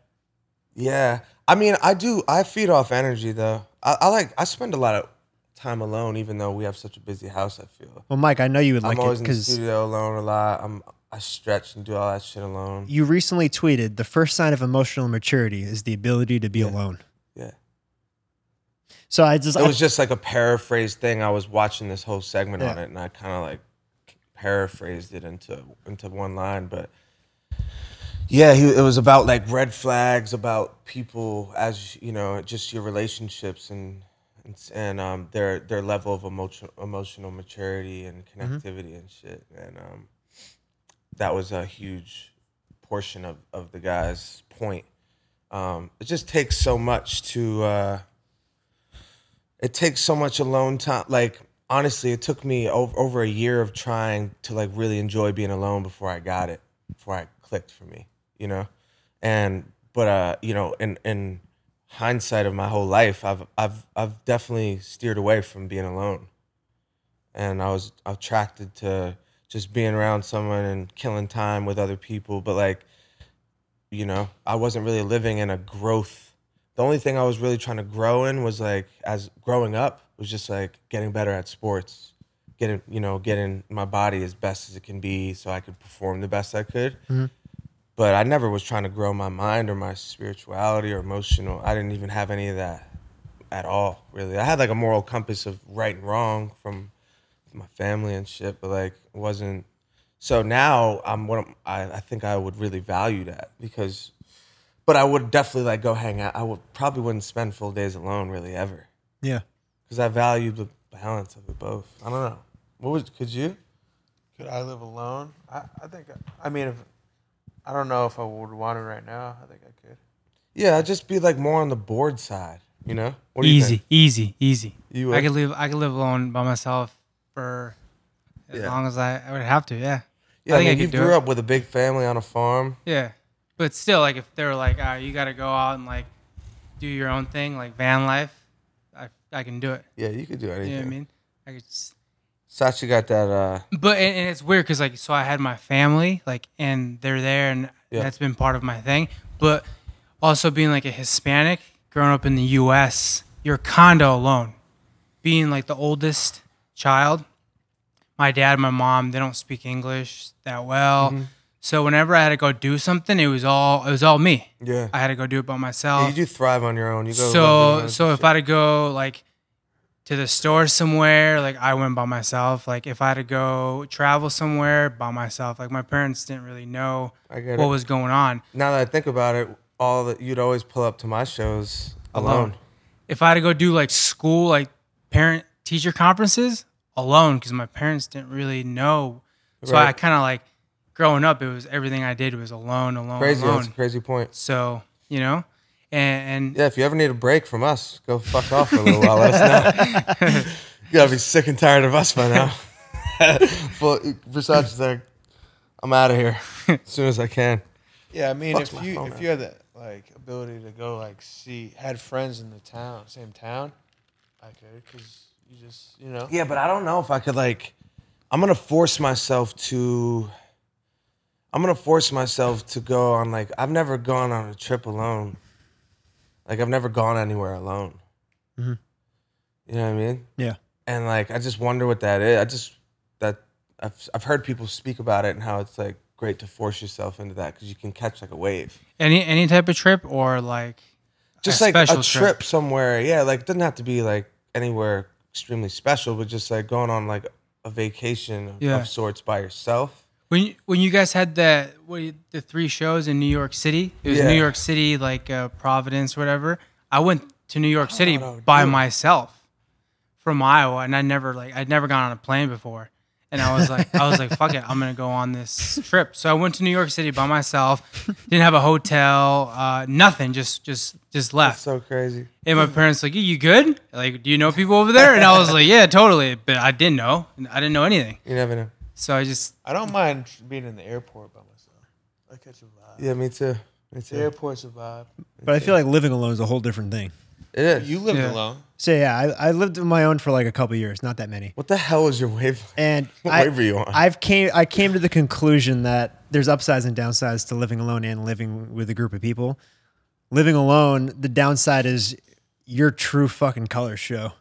Speaker 2: Yeah. I mean, I do. I feed off energy though. I, I like. I spend a lot of time alone, even though we have such a busy house. I feel.
Speaker 1: Well, Mike, I know you would
Speaker 2: I'm
Speaker 1: like it
Speaker 2: always in the
Speaker 1: because
Speaker 2: studio alone a lot. I'm. I stretch and do all that shit alone.
Speaker 1: you recently tweeted the first sign of emotional maturity is the ability to be alone.
Speaker 2: Yeah.
Speaker 1: So I just,
Speaker 2: It
Speaker 1: I-
Speaker 2: was just like a paraphrase thing. I was watching this whole segment on
Speaker 1: Yeah.
Speaker 2: it, and I kind of like paraphrased it into into one line. But yeah, he, it was about like red flags about people as you know, just your relationships and and, s- and um, their their level of emotional emotional maturity and
Speaker 1: Mm-hmm.
Speaker 2: connectivity and shit. And um, that was a huge portion of of the guy's point. Um, it just takes so much to. Uh, it takes so much alone time like honestly it took me over, over a year of trying to like really enjoy being alone before i got it before i clicked for me you know and but uh you know in in hindsight of my whole life i've i've i've definitely steered away from being alone and i was attracted to just being around someone and killing time with other people but like you know i wasn't really living in a growth the only thing i was really trying to grow in was like as growing up was just like getting better at sports getting you know getting my body as best as it can be so i could perform the best i could but i never was trying to grow my mind or my spirituality or emotional i didn't even have any of that at all really i had like a moral compass of right and wrong from my family and shit but like it wasn't so now I'm what I'm, I, I think I would really value that because, but I would definitely like go hang out. I would probably wouldn't spend full days alone really ever
Speaker 1: yeah.
Speaker 2: because I value the balance of it both. I don't know. What was could you?
Speaker 3: Could I live alone? I, I think. I mean, if I don't know if I would want it right now. I think I could.
Speaker 2: Yeah, I'd just be like more on the bored side. You know, what do you
Speaker 4: easy,
Speaker 2: think?
Speaker 4: easy, easy.
Speaker 2: You
Speaker 4: I
Speaker 2: would?
Speaker 4: could live. I could live alone by myself for as
Speaker 2: Yeah.
Speaker 4: long as I, I would have to. Yeah.
Speaker 2: Yeah,
Speaker 4: I
Speaker 2: I,
Speaker 4: think I
Speaker 2: mean, you
Speaker 4: could do
Speaker 2: grew
Speaker 4: it.
Speaker 2: up with a big family on a farm.
Speaker 4: Yeah. But still, like if they were like, all right, you got to go out and like do your own thing, like van life, I I can do it.
Speaker 2: Yeah, you could do
Speaker 4: You
Speaker 2: anything.
Speaker 4: know what I mean? I could. Just,
Speaker 2: Sachi got that. uh
Speaker 4: but and, and it's weird because like so I had my family like and they're there and
Speaker 2: Yeah.
Speaker 4: that's been part of my thing. But also being like a Hispanic, growing up in the U.S., you're condo alone. Being like the oldest child, my dad, and my mom, they don't speak English that well.
Speaker 2: Mm-hmm.
Speaker 4: So whenever I had to go do something, it was all it was all me.
Speaker 2: Yeah.
Speaker 4: I had to go do it by
Speaker 2: yeah,
Speaker 4: myself.
Speaker 2: you do thrive on your own. You go.
Speaker 4: So so if I had to go like to the store somewhere, like I went by myself. Like if I had to go travel somewhere by myself, like my parents didn't really know
Speaker 2: I
Speaker 4: what
Speaker 2: get it.
Speaker 4: was going on.
Speaker 2: now that I think about it, all that you'd always pull up to my shows alone.
Speaker 4: If I had to go do like school, like parent teacher conferences alone, because my parents didn't really know. So
Speaker 2: Right.
Speaker 4: I kind of like growing up, it was everything I did was alone, alone,
Speaker 2: Crazy. That's a
Speaker 4: alone.
Speaker 2: crazy point.
Speaker 4: So you know, and, and
Speaker 2: Yeah, if you ever need a break from us, go fuck off for a little while. Let us know. you gotta be sick and tired of us by now. well, Versace's like, I'm out of here as soon as I can.
Speaker 3: Yeah, I mean,
Speaker 2: Fuck's
Speaker 3: if
Speaker 2: my
Speaker 3: you
Speaker 2: phone
Speaker 3: if
Speaker 2: up.
Speaker 3: you had that like ability to go like see had friends in the town, same town, I could because you just you know.
Speaker 2: Yeah, but I don't know if I could like. I'm gonna force myself to. I'm gonna force myself to go on like I've never gone on a trip alone. Like I've never gone anywhere alone. You know what I mean?
Speaker 1: Yeah.
Speaker 2: and like I just wonder what that is. I just that I've I've heard people speak about it and how it's like great to force yourself into that because you can catch like a wave,
Speaker 4: any any type of trip or like
Speaker 2: just
Speaker 4: A
Speaker 2: like a
Speaker 4: special
Speaker 2: trip,
Speaker 4: trip.
Speaker 2: somewhere. Yeah, like it doesn't have to be like anywhere extremely special, but just like going on like a vacation of-
Speaker 4: Yeah.
Speaker 2: of sorts by yourself.
Speaker 4: When you, when you guys had that what, do you- the three shows in New York City, it was
Speaker 2: Yeah.
Speaker 4: New York City like uh, Providence, whatever. I went to New York City
Speaker 2: Colorado,
Speaker 4: by
Speaker 2: Oh, dude.
Speaker 4: myself from Iowa, and I never like I'd never gone on a plane before, and I was like I was like fuck it, I'm gonna go on this trip. So I went to New York City by myself, didn't have a hotel, uh, nothing, just just just left.
Speaker 2: So crazy.
Speaker 4: And my parents like, you good? Like, do you know people over there? And I was like, yeah, totally, but I didn't know, I didn't know anything.
Speaker 2: You never know.
Speaker 4: So I just
Speaker 3: I don't mind being in the airport by myself. I catch a vibe.
Speaker 2: Yeah, me too. Me
Speaker 3: The
Speaker 2: too.
Speaker 3: airport's a vibe.
Speaker 1: But I feel like living alone is a whole different thing.
Speaker 2: It is.
Speaker 3: You lived
Speaker 4: Yeah.
Speaker 3: alone.
Speaker 1: So yeah, I, I lived on my own for like a couple years, not that many.
Speaker 2: what the hell is your wave?
Speaker 1: And
Speaker 2: What
Speaker 1: I,
Speaker 2: wave were you on?
Speaker 1: I've came I came to the conclusion that there's upsides and downsides to living alone and living with a group of people. Living alone, the downside is your true fucking colors show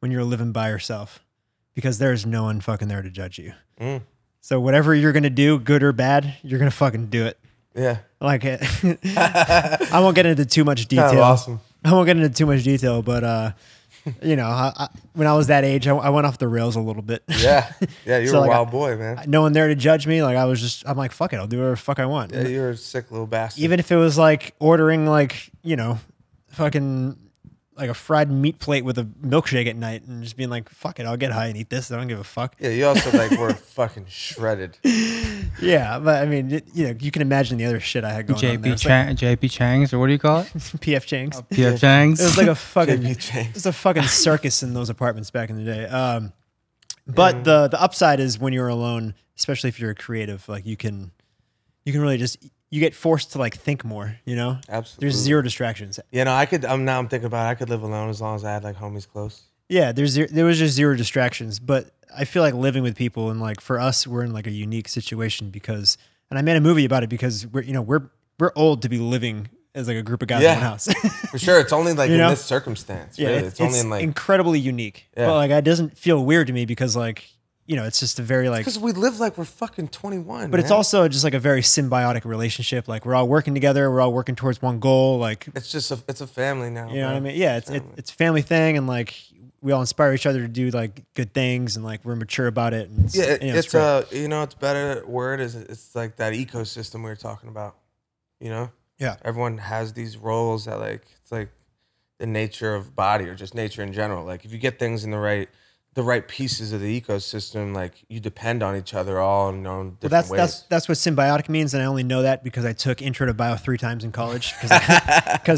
Speaker 1: when you're living by yourself because there's no one fucking there to judge you.
Speaker 2: Mm.
Speaker 1: So whatever you're gonna do, good or bad, you're gonna fucking do it.
Speaker 2: yeah.
Speaker 1: Like it. I won't get into too much detail.
Speaker 2: Kind of awesome.
Speaker 1: I won't get into too much detail, but uh, you know, I, I, when I was that age, I, I went off the rails a little bit.
Speaker 2: Yeah. Yeah. You were
Speaker 1: So,
Speaker 2: a
Speaker 1: like,
Speaker 2: wild
Speaker 1: I-
Speaker 2: boy, man.
Speaker 1: no one there to judge me. Like I was just, I'm like, fuck it, I'll do whatever the fuck I want.
Speaker 2: Yeah, you were a sick little bastard.
Speaker 1: Even if it was like ordering like you know, fucking like a fried meat plate with a milkshake at night, and just being like, fuck it, I'll get high and eat this. I don't give a fuck.
Speaker 2: yeah. You also like were fucking shredded.
Speaker 1: Yeah, but I mean, it, you know, you can imagine the other shit I
Speaker 2: Oh,
Speaker 1: had going on there.
Speaker 4: JP
Speaker 1: It's like
Speaker 4: Chang, JP Chang's, or what do you call it?
Speaker 1: PF Chang's.
Speaker 2: Oh.
Speaker 4: PF Chang's.
Speaker 1: It was like a fucking
Speaker 2: JP
Speaker 1: it
Speaker 2: Chang's.
Speaker 1: was a fucking circus in those apartments back in the day. Um, but the the upside is when you're alone, especially if you're a creative, like you can you can really just you get forced to like think more. You know,
Speaker 2: Absolutely.
Speaker 1: there's zero distractions.
Speaker 2: You know, I could. I'm now. I'm thinking about. It, I could live alone as long as I had like homies close.
Speaker 1: Yeah, there's zero, there was just zero distractions. But I feel like living with people and like for us, we're in like a unique situation because, and I made a movie about it because we're you know we're we're old to be living as like a group of guys
Speaker 2: Yeah.
Speaker 1: in one house.
Speaker 2: For sure. It's only like
Speaker 1: You
Speaker 2: in
Speaker 1: know?
Speaker 2: this circumstance.
Speaker 1: Yeah,
Speaker 2: really.
Speaker 1: it's,
Speaker 2: It's, only
Speaker 1: it's
Speaker 2: in like
Speaker 1: incredibly unique.
Speaker 2: Yeah.
Speaker 1: But like, it doesn't feel weird to me because like, you know, it's just a very like.
Speaker 2: because we live like we're fucking 21.
Speaker 1: But it's
Speaker 2: man.
Speaker 1: also just like a very symbiotic relationship. Like we're all working together. We're all working towards one goal. Like you
Speaker 2: It's just a. It's a family now.
Speaker 1: know what I
Speaker 2: bro.
Speaker 1: mean? Yeah, it's it, it's a family thing, and like we all inspire each other to do like good things, and like we're mature about it. And it's,
Speaker 2: Yeah. It,
Speaker 1: you know,
Speaker 2: it's uh,
Speaker 1: great.
Speaker 2: a. You know, it's better word is it's like that ecosystem we were talking about. You know.
Speaker 1: yeah.
Speaker 2: everyone has these roles that like it's like the nature of body or just nature in general like if you get things in the right the right pieces of the ecosystem like you depend on each other all in their own
Speaker 1: Well,
Speaker 2: different
Speaker 1: that's
Speaker 2: ways
Speaker 1: that's that's what symbiotic means, and I only know that because I took Intro to Bio three times in college because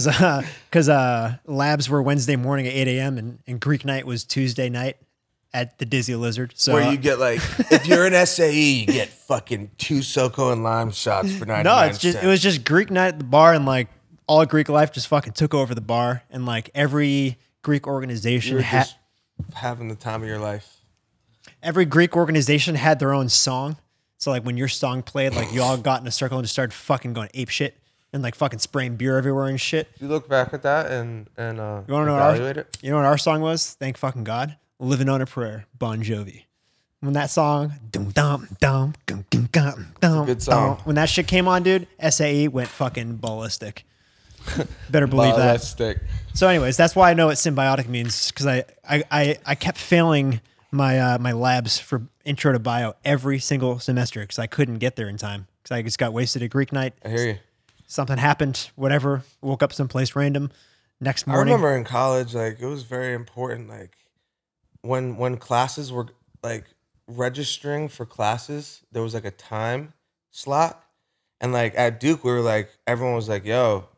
Speaker 1: because because uh, labs were Wednesday morning at eight a.m. and and Greek night was Tuesday night at the Dizzy Lizard. So
Speaker 2: where
Speaker 1: uh,
Speaker 2: you get like if you're an SAE E, you get fucking two SoCo and lime shots for 99
Speaker 1: no, it's just it was just Greek night at the bar, and like all Greek life just fucking took over the bar, and like every Greek organization
Speaker 2: you're
Speaker 1: had
Speaker 2: just having the time of your life
Speaker 1: every Greek organization had their own song. So like when your song played, like you all got in a circle and just started fucking going ape shit and like fucking spraying beer everywhere and shit.
Speaker 2: you look back at that and and uh
Speaker 1: You want to know what
Speaker 2: evaluate
Speaker 1: our,
Speaker 2: it
Speaker 1: You know what our song was? Thank fucking God. Living on a Prayer, Bon Jovi. When that song, dum dum dum dum dum dum dum,
Speaker 2: good song.
Speaker 1: when that shit came on, dude, SAE went fucking ballistic. Better believe that.
Speaker 2: stick
Speaker 1: So, anyways, that's why I know what symbiotic means because I, I I I kept failing my uh, my labs for intro to bio every single semester because I couldn't get there in time because I just got wasted at Greek night.
Speaker 2: I hear you
Speaker 1: Something happened, whatever. Woke up someplace random. Next
Speaker 2: I
Speaker 1: morning,
Speaker 2: remember in college, like it was very important. Like when when classes were like registering for classes, there was like a time slot, and like at Duke, we were like everyone was like, "Yo,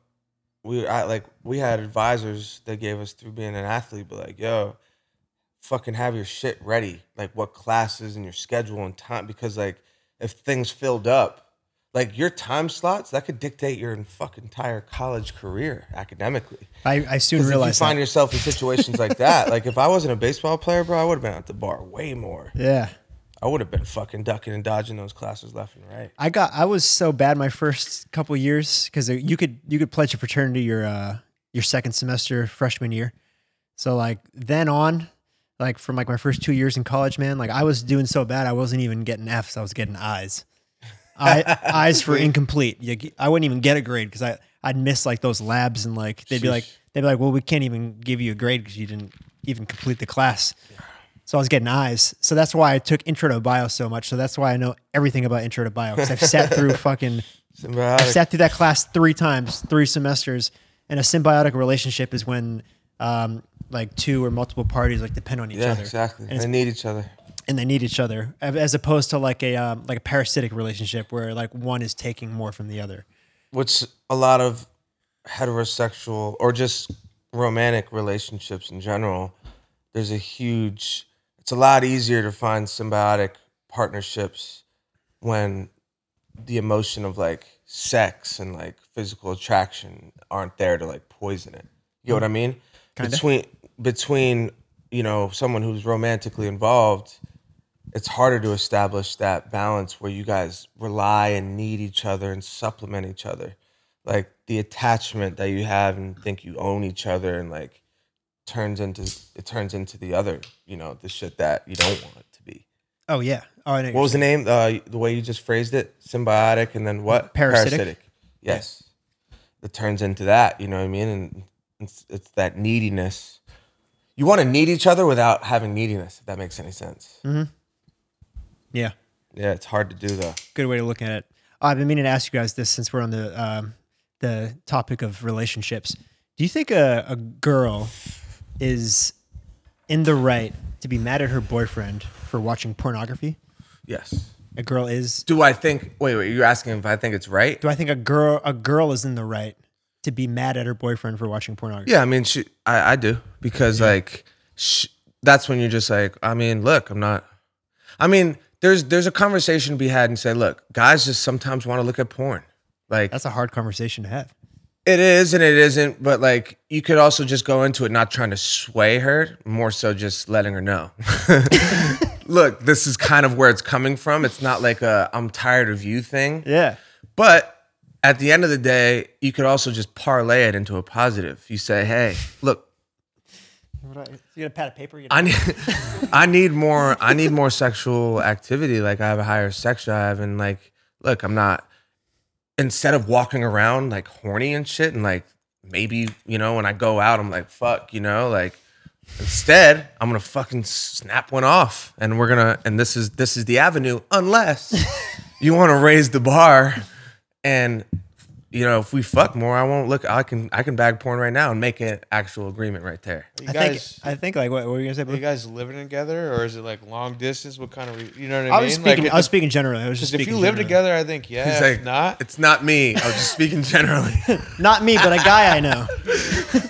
Speaker 2: we I, like we had advisors that gave us through being an athlete, but like, yo, fucking have your shit ready, like what classes and your schedule and time, because like if things filled up." Like your time slots, that could dictate your fucking entire college career academically.
Speaker 1: I, I soon
Speaker 2: Because if you
Speaker 1: realized.
Speaker 2: find
Speaker 1: that.
Speaker 2: yourself in situations like that, like if I wasn't a baseball player, bro, I would have been at the bar way more.
Speaker 1: Yeah.
Speaker 2: I would have been fucking ducking and dodging those classes left and right.
Speaker 1: I got I was so bad my first couple years because you could you could pledge a fraternity your uh your second semester freshman year. So like then on, like from like my first two years in college, man, like I was doing so bad I wasn't even getting Fs, I was getting Is. I eyes for incomplete. You- I wouldn't even get a grade because I I'd miss like those labs and like they'd be like
Speaker 2: Sheesh.
Speaker 1: they'd be like, well, we can't even give you a grade because you didn't even complete the class. So I was getting eyes. So that's why I took intro to bio so much. So that's why I know everything about intro to bio because I've sat through fucking, I've
Speaker 2: Symbiotic.
Speaker 1: sat through that class three times, three semesters. And a symbiotic relationship is when, um, like two or multiple parties like depend on each
Speaker 2: yeah,
Speaker 1: other,
Speaker 2: exactly.
Speaker 1: and, it's-
Speaker 2: They need each other.
Speaker 1: and they need each other, as- as opposed to like a um, like a parasitic relationship where like one is taking more from the other.
Speaker 2: Which a lot of heterosexual or just romantic relationships in general, there's a huge, it's a lot easier to find symbiotic partnerships when the emotion of like sex and like physical attraction aren't there to like poison it. You know what I mean?
Speaker 1: Kinda.
Speaker 2: between between you know someone who's romantically involved it's harder to establish that balance where you guys rely and need each other and supplement each other like the attachment that you have and think you own each other and like turns into it turns into the other you know the shit that you don't want it to be
Speaker 1: Oh yeah. Oh, I know.
Speaker 2: what was the name uh, the way you just phrased it symbiotic and then what
Speaker 1: Parasitic.
Speaker 2: yes it turns into that you know what i mean and it's, it's that neediness you want to need each other without having neediness if that makes any sense
Speaker 1: yeah.
Speaker 2: yeah it's hard to do though
Speaker 1: Good way to look at it. Uh, I've been meaning to ask you guys this since we're on the um, the topic of relationships. Do you think a, a girl is in the right to be mad at her boyfriend for watching pornography?
Speaker 2: yes
Speaker 1: A girl is.
Speaker 2: do i think wait wait you're asking if i think it's right
Speaker 1: Do I think a girl a girl is in the right to be mad at her boyfriend for watching pornography?
Speaker 2: yeah i mean she, I, I do because like sh that's when you're just like i mean look i'm not i mean there's there's a conversation to be had and say look guys just sometimes want to look at porn like
Speaker 1: That's a hard conversation to have.
Speaker 2: It is and it isn't, but like you could also just go into it not trying to sway her, more so just letting her know. Look, this is kind of where it's coming from. It's not like a I'm tired of you thing.
Speaker 1: Yeah.
Speaker 2: But at the end of the day, you could also just parlay it into a positive. You say, "Hey, look,
Speaker 1: you got a pad of paper?
Speaker 2: I need, I need more. I need more sexual activity. Like I have a higher sex drive, and like, look, I'm not. Instead of walking around like horny and shit, and like maybe you know, when I go out, I'm like, fuck, you know, like. Instead, I'm gonna fucking snap one off, and we're gonna, and this is this is the avenue. Unless you want to raise the bar, and you know, if we fuck more, I won't look. I can I can bag porn right now and make an actual agreement right there.
Speaker 3: You
Speaker 1: I think,
Speaker 3: guys,
Speaker 1: I think like what, what were you gonna say?
Speaker 3: are you
Speaker 1: Blue?
Speaker 3: guys living together, or is it like long distance? What kind of re- you know what I mean?
Speaker 1: I was
Speaker 3: Like,
Speaker 1: speaking.
Speaker 3: it-
Speaker 1: I was speaking generally. I was just
Speaker 3: 'cause if you
Speaker 1: speaking
Speaker 3: live
Speaker 1: generally.
Speaker 3: together, I think yeah.
Speaker 2: He's
Speaker 3: if
Speaker 2: like,
Speaker 3: not,
Speaker 2: It's not me. I was just speaking generally.
Speaker 1: Not me, but a guy I know.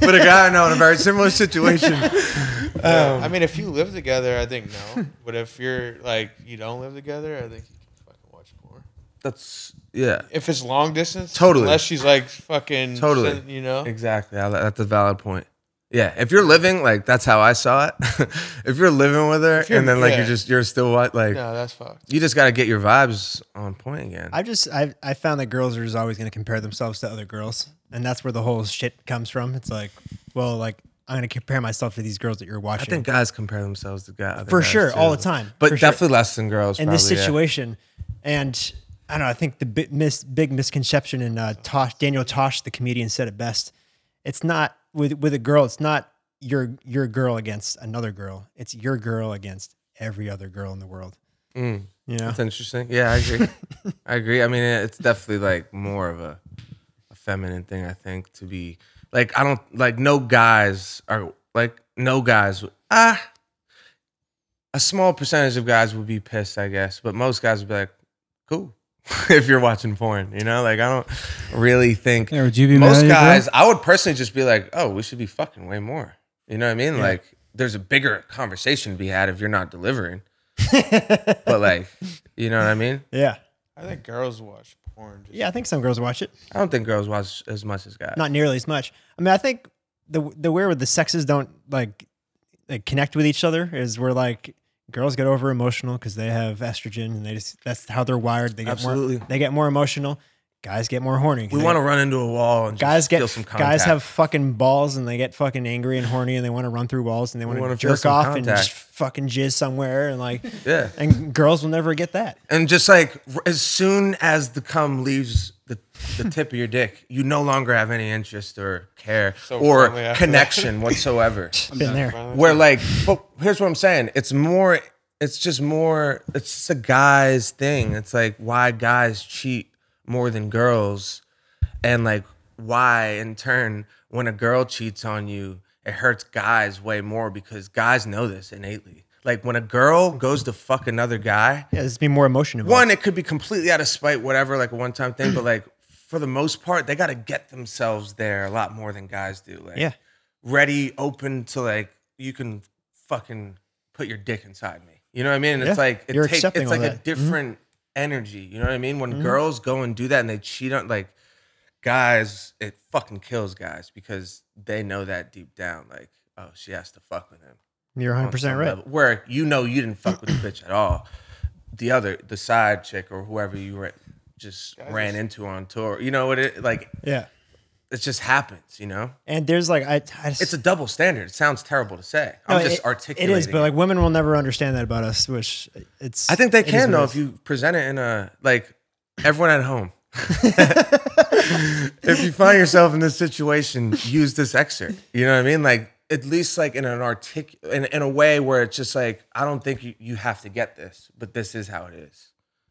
Speaker 2: but a guy I know in a very similar situation.
Speaker 3: yeah.
Speaker 2: um,
Speaker 3: I mean, if you live together, I think no. but if you're like you don't live together, I think you can fucking watch porn.
Speaker 2: That's yeah,
Speaker 3: If it's long distance,
Speaker 2: Totally.
Speaker 3: Unless she's like fucking
Speaker 2: Totally.
Speaker 3: send- you know.
Speaker 2: exactly. I- That's a valid point. Yeah, if you're living like that's how I saw it. if you're living with her
Speaker 3: you're-
Speaker 2: and then like
Speaker 3: yeah.
Speaker 2: you're just you're still what like
Speaker 3: No, that's fucked.
Speaker 2: you just got to get your vibes on point again.
Speaker 1: I just I I found that girls are just always going to compare themselves to other girls, and that's where the whole shit comes from. It's like, well, like I'm going to compare myself to these girls that you're
Speaker 2: I
Speaker 1: watching.
Speaker 2: think guys compare themselves to guys
Speaker 1: For sure, all the time.
Speaker 2: but
Speaker 1: For sure.
Speaker 2: definitely less than girls.
Speaker 1: in this
Speaker 2: probably, yeah.
Speaker 1: situation, and I don't know. I think the big, mis- big misconception, and uh, Tosh, Daniel Tosh, the comedian, said it best. It's not with with a girl. It's not your your girl against another girl. It's your girl against every other girl in the world.
Speaker 2: Mm.
Speaker 1: You know,
Speaker 2: That's interesting. Yeah, I agree. I agree. I mean, it's definitely like more of a, a feminine thing. I think to be like, I don't like no guys are like no guys. would- Ah, a small percentage of guys would be pissed, I guess, but most guys would be like, cool. if you're watching porn, you know, like I don't really think
Speaker 4: Yeah, would you be mad
Speaker 2: most
Speaker 4: at your girl?
Speaker 2: guys. I would personally just be like, oh, we should be fucking way more. You know what I mean? Like, there's a bigger conversation to be had if you're not delivering. but like, you know what I mean?
Speaker 1: yeah,
Speaker 3: I think girls watch porn. Just
Speaker 1: yeah. I think some girls watch it.
Speaker 2: I don't think girls watch as much as guys.
Speaker 1: not nearly as much. I mean, I think the the where the sexes don't like like connect with each other is where like girls get over emotional because they have estrogen and they just that's how they're wired. They get
Speaker 2: Absolutely.
Speaker 1: more they get more emotional. Guys get more horny.
Speaker 2: we want to run into a wall and
Speaker 1: guys
Speaker 2: just
Speaker 1: get
Speaker 2: feel some contact.
Speaker 1: guys have fucking balls and they get fucking angry and horny and they want to run through walls and they want to
Speaker 2: wanna feel
Speaker 1: jerk
Speaker 2: some
Speaker 1: off and
Speaker 2: contact.
Speaker 1: just fucking jizz somewhere and like
Speaker 2: yeah,
Speaker 1: and girls will never get that.
Speaker 2: and just like r- as soon as the cum leaves the, the tip of your dick, you no longer have any interest or care
Speaker 3: So
Speaker 2: or
Speaker 3: friendly after that.
Speaker 2: connection whatsoever.
Speaker 1: Been there.
Speaker 2: Where like, but here's what I'm saying: it's more, it's just more, it's just a guy's thing. It's like why guys cheat more than girls, and like why in turn when a girl cheats on you, it hurts guys way more because guys know this innately. Like when a girl goes to fuck another guy,
Speaker 1: Yeah, there's be more emotion involved.
Speaker 2: one, it could be completely out of spite, whatever, like a one time thing, but like for the most part, they got to get themselves there a lot more than guys do. Like,
Speaker 1: Yeah.
Speaker 2: ready, open to like, you can fucking put your dick inside me. You know what I mean? And It's
Speaker 1: Yeah.
Speaker 2: like, it
Speaker 1: You're
Speaker 2: take,
Speaker 1: accepting
Speaker 2: it's
Speaker 1: all
Speaker 2: like a
Speaker 1: that. Mm-hmm. Mhm.
Speaker 2: different energy. You know what I mean? When girls go and do that and they cheat on, like, guys, it fucking kills guys because they know that deep down, like, oh, she has to fuck with him.
Speaker 1: You're
Speaker 2: on
Speaker 1: 100 percent
Speaker 2: some
Speaker 1: right.
Speaker 2: level, where you know you didn't fuck with the bitch at all. The other, the side chick or whoever you ra- just ran into on tour, you know what it like?
Speaker 1: Yeah.
Speaker 2: It just happens, you know.
Speaker 1: And there's like I, I just,
Speaker 2: It's a double standard. It sounds terrible to say. I'm
Speaker 1: no,
Speaker 2: just
Speaker 1: it-
Speaker 2: articulating.
Speaker 1: It is, but like women will never understand that about us, which it's.
Speaker 2: I think they
Speaker 1: it is
Speaker 2: can
Speaker 1: what it
Speaker 2: though
Speaker 1: is.
Speaker 2: if you present it in a like everyone at home. if you find yourself in this situation, use this excerpt. You know what I mean? Like at least like in an artic in, in a way where it's just like I don't think you, you have to get this, but this is how it is.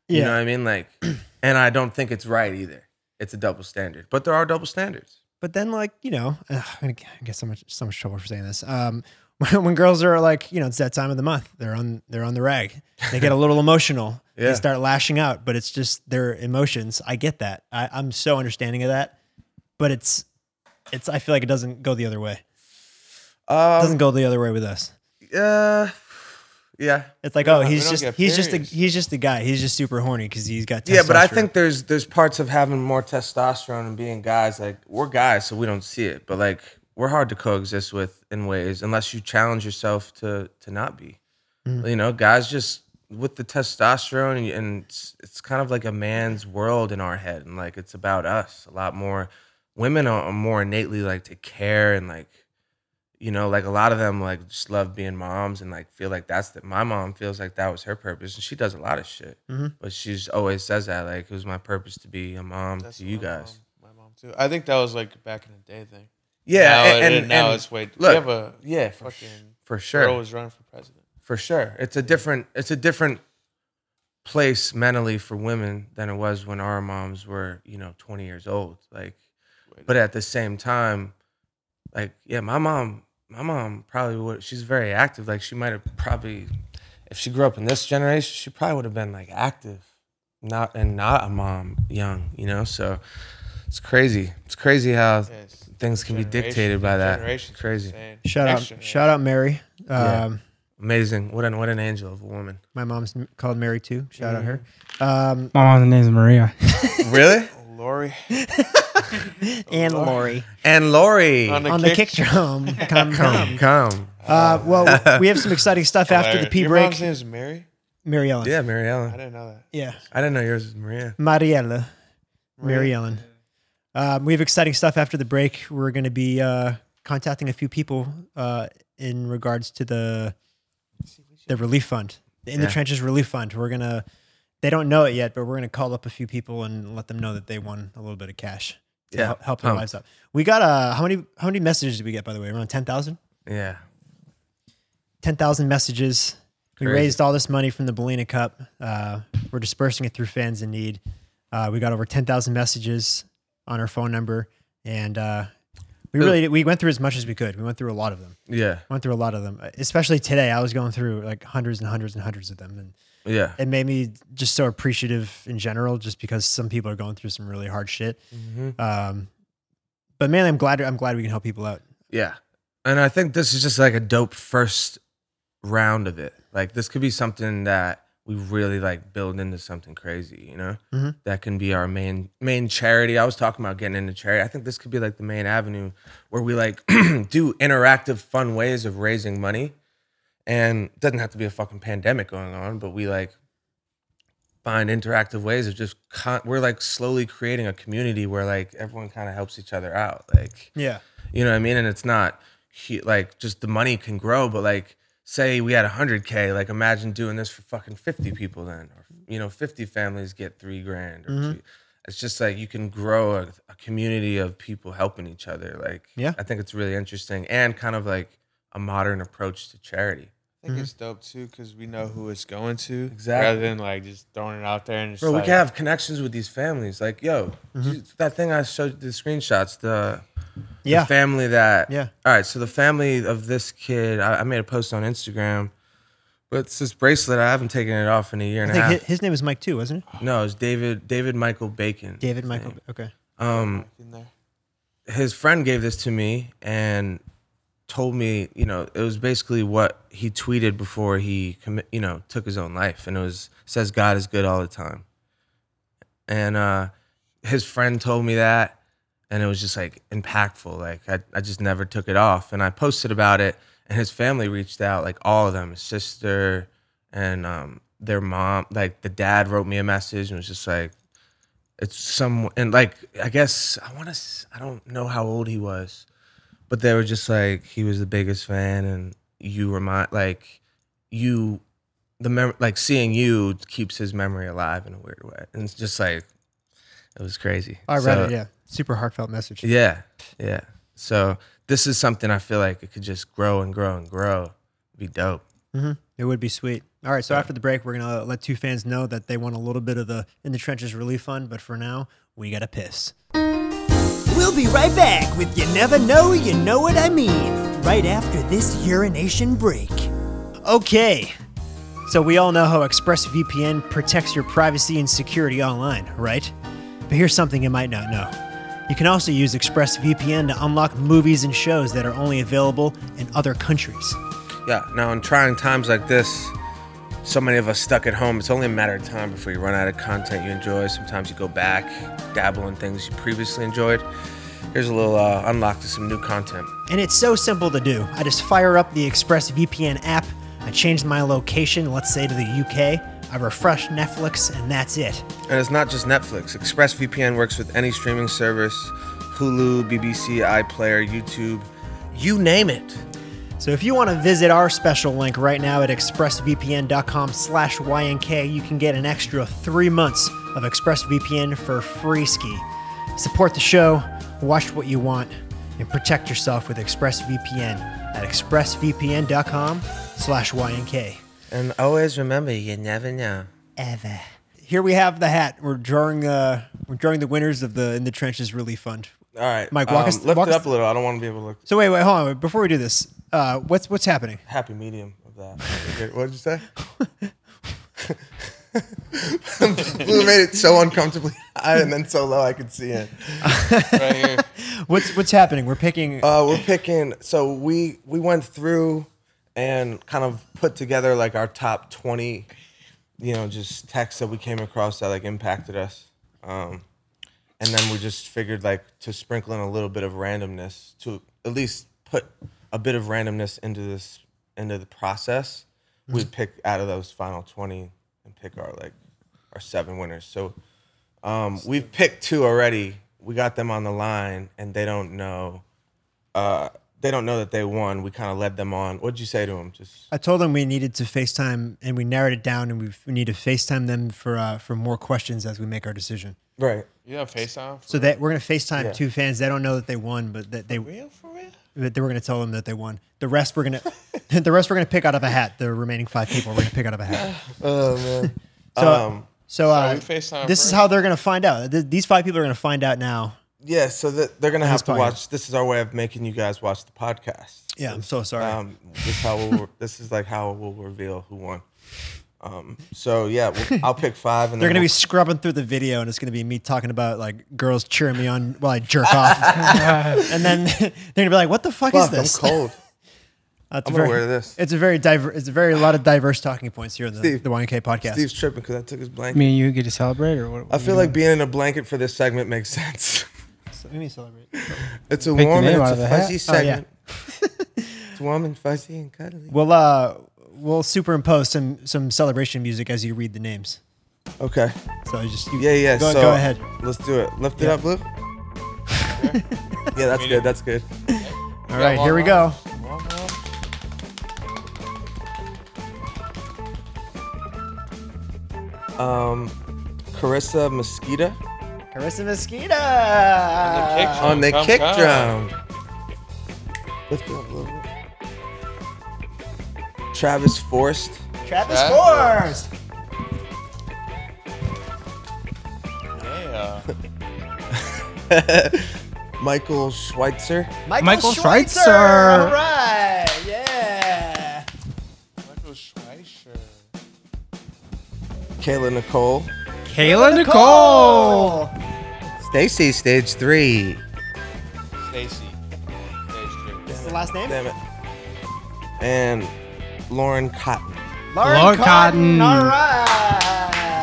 Speaker 2: You
Speaker 1: Yeah.
Speaker 2: know what I mean? Like, and I don't think it's right either. It's a double standard, but there are double standards.
Speaker 1: But then, like you know, ugh, I'm gonna get so much so much trouble for saying this. Um, when, when girls are like, you know, it's that time of the month. They're on they're on the rag. They get a little emotional.
Speaker 2: Yeah.
Speaker 1: They start lashing out, but it's just their emotions. I get that. I, I'm so understanding of that. But it's it's. I feel like it doesn't go the other way. It
Speaker 2: Um,
Speaker 1: doesn't go the other way with us.
Speaker 2: uh, yeah,
Speaker 1: It's like, oh,
Speaker 3: we
Speaker 1: he's
Speaker 3: don't
Speaker 1: just
Speaker 3: get
Speaker 1: he's just a,
Speaker 3: periods.
Speaker 1: he's just a guy. He's just super horny because he's got.
Speaker 2: Yeah, but I
Speaker 1: testosterone.
Speaker 2: think there's there's parts of having more testosterone and being guys. Like we're guys, so we don't see it. But like we're hard to coexist with in ways, unless you challenge yourself to to not be. You know, guys just with the testosterone, and, and it's, it's kind of like a man's world in our head, and like it's about us a lot more. Women are, are more innately like to care and like you know, like a lot of them like just love being moms and like feel like that's that. My mom feels like that was her purpose, and she does a lot of shit.
Speaker 1: Mhm.
Speaker 2: But she's always says that like it was my purpose to be a mom
Speaker 3: That's
Speaker 2: to you
Speaker 3: my
Speaker 2: guys.
Speaker 3: Mom, my mom too. I think that was like back in the day thing.
Speaker 2: Yeah,
Speaker 3: Now
Speaker 2: and,
Speaker 3: it-
Speaker 2: and-
Speaker 3: now
Speaker 2: and
Speaker 3: it's way.
Speaker 2: look,
Speaker 3: we have a
Speaker 2: yeah, for,
Speaker 3: fucking
Speaker 2: for
Speaker 3: sure.
Speaker 2: sure,
Speaker 3: girl was running for president.
Speaker 2: for sure. It's a different, it's a different place mentally for women than it was when our moms were, you know, twenty years old. Like
Speaker 3: Wait,
Speaker 2: but at the same time, like yeah, my mom, my mom probably would. She's very active. Like she might have probably, if she grew up in this generation, she probably would have been like active, not and not a mom young. You know, so it's crazy. It's crazy how
Speaker 3: yeah, it's-
Speaker 2: things can be
Speaker 3: generation-
Speaker 2: dictated by that.
Speaker 3: generations are
Speaker 2: Crazy.
Speaker 3: insane.
Speaker 1: shout
Speaker 3: Next
Speaker 1: out
Speaker 3: generation.
Speaker 1: shout out Mary. Um,
Speaker 2: Yeah. amazing. What an what an angel of a woman.
Speaker 1: My mom's n- called Mary too. Shout out her. Um,
Speaker 4: My mom's name is Maria.
Speaker 2: really?
Speaker 3: Lori
Speaker 1: and Lori
Speaker 2: And Lori,
Speaker 3: on the,
Speaker 1: on the kick drum. Come,
Speaker 2: come
Speaker 1: come.
Speaker 2: come.
Speaker 1: Uh, well, we have some exciting stuff after the pee
Speaker 3: Your
Speaker 1: break.
Speaker 3: mom's name is Mary.
Speaker 1: Mary Ellen.
Speaker 2: Yeah, Mary
Speaker 3: I
Speaker 2: Ellen.
Speaker 3: didn't know that.
Speaker 1: Yeah.
Speaker 2: I didn't know yours was Maria.
Speaker 1: Mariella. Mary Ellen. Um, we have exciting stuff after the break. We're going to be uh, contacting a few people uh, in regards to the the relief fund, the in the
Speaker 2: Yeah.
Speaker 1: trenches relief fund. We're gonna they don't know it yet, but we're gonna call up a few people and let them know that they won a little bit of cash to
Speaker 2: Yeah,
Speaker 1: hel- help their
Speaker 2: pumped.
Speaker 1: lives up. We got uh, how many how many messages did we get by the way? Around 10,000?
Speaker 2: Yeah.
Speaker 1: 10,000 messages. We
Speaker 2: Crazy.
Speaker 1: raised all this money from the Belina Cup. Uh, we're dispersing it through fans in need. Uh, we got over 10,000 messages on our phone number. And uh, we
Speaker 2: Who-
Speaker 1: really we went through as much as we could. We went through a lot of them.
Speaker 2: Yeah.
Speaker 1: Went through a lot of them, especially today. I was going through like hundreds and hundreds and hundreds of them, and
Speaker 2: Yeah.
Speaker 1: it made me just so appreciative in general, just because some people are going through some really hard shit.
Speaker 2: Mm-hmm.
Speaker 1: Um, but mainly, I'm glad I'm glad we can help people out.
Speaker 2: Yeah. And I think this is just like a dope first round of it. Like this could be something that we really like build into something crazy, you know?
Speaker 1: Mhm.
Speaker 2: That can be our main main charity. I was talking about getting into charity. I think this could be like the main avenue where we like do interactive fun ways of raising money. And it doesn't have to be a fucking pandemic going on, but we like find interactive ways of just con- we're like slowly creating a community where like everyone kind of helps each other out. Like
Speaker 1: Yeah,
Speaker 2: you know what I mean? And it's not he, like just the money can grow, but like say we had 100k, like imagine doing this for fucking 50 people then, or you know, 50 families get three grand. Or two. It's just like you can grow a, a community of people helping each other. Like,
Speaker 1: Yeah.
Speaker 2: I think it's really interesting and kind of like a modern approach to charity.
Speaker 3: I think it's dope too because we know who it's going to,
Speaker 2: Mm-hmm. Exactly.
Speaker 3: rather than like just throwing it out there and just
Speaker 2: Bro, we
Speaker 3: like,
Speaker 2: can have connections with these families. Like, yo, you- that thing I showed you the screenshots, the
Speaker 1: yeah,
Speaker 2: the family that
Speaker 1: Yeah.
Speaker 2: all right so the family of this kid i, I made a post on instagram but it's this bracelet i haven't taken it off in a year
Speaker 1: I
Speaker 2: and a
Speaker 1: think
Speaker 2: half
Speaker 1: his, his name was Mike too, wasn't it?
Speaker 2: no it's david david michael bacon
Speaker 1: David Michael. Okay.
Speaker 2: um
Speaker 3: in there.
Speaker 2: his friend gave this to me and told me you know it was basically what he tweeted before he commi- you know took his own life and it was says god is good all the time and uh his friend told me that and it was just like impactful. Like I, I just never took it off, and I posted about it, and his family reached out, like all of them, his sister and um, their mom. Like the dad wrote me a message and was just like, "It's some," and like I guess I want to, I don't know how old he was, but they were just like, he was the biggest fan, and you remind like you the mem- like seeing you keeps his memory alive in a weird way, and it's just like it was crazy.
Speaker 1: I read
Speaker 2: So-
Speaker 1: it. Yeah, super heartfelt message.
Speaker 2: yeah, yeah. So this is something I feel like it could just grow and grow and grow. Be dope.
Speaker 1: It would be sweet. All right, so after the break, we're gonna uh, let two fans know that they want a little bit of the in the trenches relief fund, but for now, we gotta piss.
Speaker 5: We'll be right back with You Never Know, You Know What I Mean, right after this urination break.
Speaker 1: Okay. So we all know how ExpressVPN protects your privacy and security online, right? But here's something you might not know. You can also use ExpressVPN to unlock movies and shows that are only available in other countries.
Speaker 2: Yeah. Now in trying times like this, so many of us stuck at home. It's only a matter of time before you run out of content you enjoy. Sometimes you go back, dabble in things you previously enjoyed. Here's a little uh, unlock to some new content.
Speaker 1: And it's so simple to do. I just fire up the ExpressVPN app, I change my location, let's say to the UK, I refresh Netflix, and that's it.
Speaker 2: And it's not just Netflix. ExpressVPN works with any streaming service Hulu, BBC, iPlayer, YouTube, you name it.
Speaker 1: So if you want to visit our special link right now at expressvpn.com slash YNK, you can get an extra three months of ExpressVPN for free ski. Support the show, watch what you want, and protect yourself with ExpressVPN at expressvpn.com slash YNK.
Speaker 2: And always remember, you never know.
Speaker 1: Ever. Here we have the hat. We're drawing uh we're drawing the winners of the In the Trenches Relief Fund.
Speaker 2: All right, um,
Speaker 1: Mike, walk us-
Speaker 2: lift
Speaker 1: walk
Speaker 2: it
Speaker 1: us-
Speaker 2: up a little. I don't want to be able to look.
Speaker 1: So wait, wait, hold on. Before we do this, uh what's what's happening?
Speaker 2: Happy medium of that. Okay, what did you say? Blue made it so uncomfortably high and then so low I could see it.
Speaker 3: right here.
Speaker 1: What's what's happening? We're picking
Speaker 2: Uh, we're picking. So we we went through and kind of put together like our top twenty, you know, just texts that we came across that like impacted us. Um, and then we just figured like to sprinkle in a little bit of randomness to at least put a bit of randomness into this into the process. We'd pick out of those final twenty and pick our like our seven winners. So um, we've picked two already. We got them on the line, and they don't know. Uh, they don't know that they won. We kind of led them on. What'd you say to them? Just
Speaker 1: I told them we needed to FaceTime and we narrowed it down and we've- we need to FaceTime them for uh, for more questions as we make our decision.
Speaker 2: right.
Speaker 3: You have FaceTime? For
Speaker 1: So that we're gonna FaceTime
Speaker 2: Yeah. Oh,
Speaker 1: two fans. They don't know that they won, but that they
Speaker 3: real? For real?
Speaker 1: that they were gonna tell them that they won. The rest we're gonna the rest we're gonna pick out of a hat. The remaining five people we're gonna pick out of a hat.
Speaker 2: Oh man.
Speaker 1: So
Speaker 2: um,
Speaker 1: so uh,
Speaker 3: we FaceTime
Speaker 1: this is
Speaker 3: first?
Speaker 1: how they're gonna find out. Th- these five people are gonna find out now.
Speaker 2: yeah. So that they're gonna have to
Speaker 1: podcast.
Speaker 2: watch. This is our way of making you guys watch the podcast.
Speaker 1: Yeah, I'm so sorry.
Speaker 2: Um, this is how we'll, this is like how we'll reveal who won. Um, so yeah, we'll, I'll pick five, and
Speaker 1: they're
Speaker 2: then
Speaker 1: gonna be
Speaker 2: we'll-
Speaker 1: scrubbing through the video, and it's gonna be me talking about like girls cheering me on while I jerk off, and then they're gonna be like, "What the fuck,
Speaker 2: Fuck,
Speaker 1: is this?"
Speaker 2: I'm cold.
Speaker 1: Uh, it's a
Speaker 2: I'm
Speaker 1: very-
Speaker 2: aware of this.
Speaker 1: It's a very diver- It's a very lot of diverse talking points here in the,
Speaker 2: Steve.
Speaker 1: the YNK podcast.
Speaker 2: Steve's tripping because I took his blanket.
Speaker 4: Me and you get to celebrate, or what?
Speaker 2: I feel like being in a blanket for this segment makes sense.
Speaker 1: Let me celebrate.
Speaker 2: It's a
Speaker 4: Pick the
Speaker 2: warm
Speaker 4: name
Speaker 2: and it's
Speaker 4: out of the
Speaker 2: a
Speaker 4: hat.
Speaker 2: fuzzy
Speaker 1: Oh, yeah.
Speaker 2: segment. it's warm and fuzzy and cuddly.
Speaker 1: We'll uh, we'll superimpose some some celebration music as you read the names.
Speaker 2: Okay.
Speaker 1: So I just you,
Speaker 2: Yeah, yeah.
Speaker 1: Go,
Speaker 2: so
Speaker 1: go ahead.
Speaker 2: Let's do it. Lift it up, Lou. yeah, that's good. That's good.
Speaker 1: All right, here we go.
Speaker 2: Um, Carissa Mosquita
Speaker 1: Carissa
Speaker 3: The
Speaker 1: Mosquito.
Speaker 3: kick drum,
Speaker 2: on the
Speaker 3: come,
Speaker 2: kick
Speaker 3: come.
Speaker 2: drum. Lift it up a little bit. Travis Forrest,
Speaker 1: Travis
Speaker 3: That
Speaker 1: Force.
Speaker 3: Yeah.
Speaker 2: Michael Schweitzer,
Speaker 1: Michael,
Speaker 4: Michael
Speaker 1: Schweitzer.
Speaker 4: Schweitzer.
Speaker 1: All right. Yeah.
Speaker 3: Michael Schweitzer.
Speaker 2: Kayla Nicole,
Speaker 4: Kayla Nicole.
Speaker 1: Cole.
Speaker 2: Stacy Stage Three.
Speaker 3: Stacy. Stage
Speaker 1: This is the last name?
Speaker 2: Damn it. And Lauren Cotton.
Speaker 1: Lauren,
Speaker 4: Lauren Cotton.
Speaker 1: All right.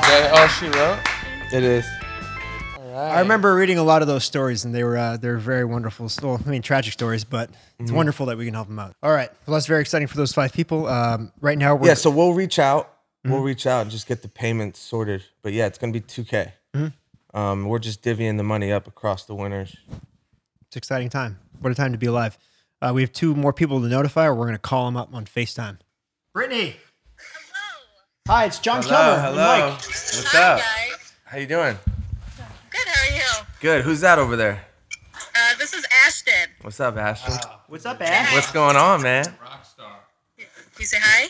Speaker 3: That all she wrote?
Speaker 2: It is.
Speaker 3: All
Speaker 6: I remember reading a lot of those stories, and they were uh, they're very wonderful. s- Well, I mean, tragic stories, but it's wonderful that we can help them out. All right, well, that's very exciting for those five people. Um, right now, we're
Speaker 2: Yeah, so we'll reach out. We'll reach out and just get the payments sorted. But yeah, it's gonna be two K. Um, we're just divvying the money up across the winners.
Speaker 6: it's an exciting time. What a time to be alive! Uh, we have two more people to notify, or we're going to call them up on Facetime. Brittany, hi, it's John Kilmer. and Mike.
Speaker 2: What's
Speaker 7: Hi,
Speaker 2: up?
Speaker 7: guys.
Speaker 2: How you doing?
Speaker 7: Good, how are you?
Speaker 2: Good. Who's that over there?
Speaker 7: Uh, this is Ashton.
Speaker 2: What's up, Ashton?
Speaker 6: What's up, Ash?
Speaker 2: What's going on, man?
Speaker 7: You say hi?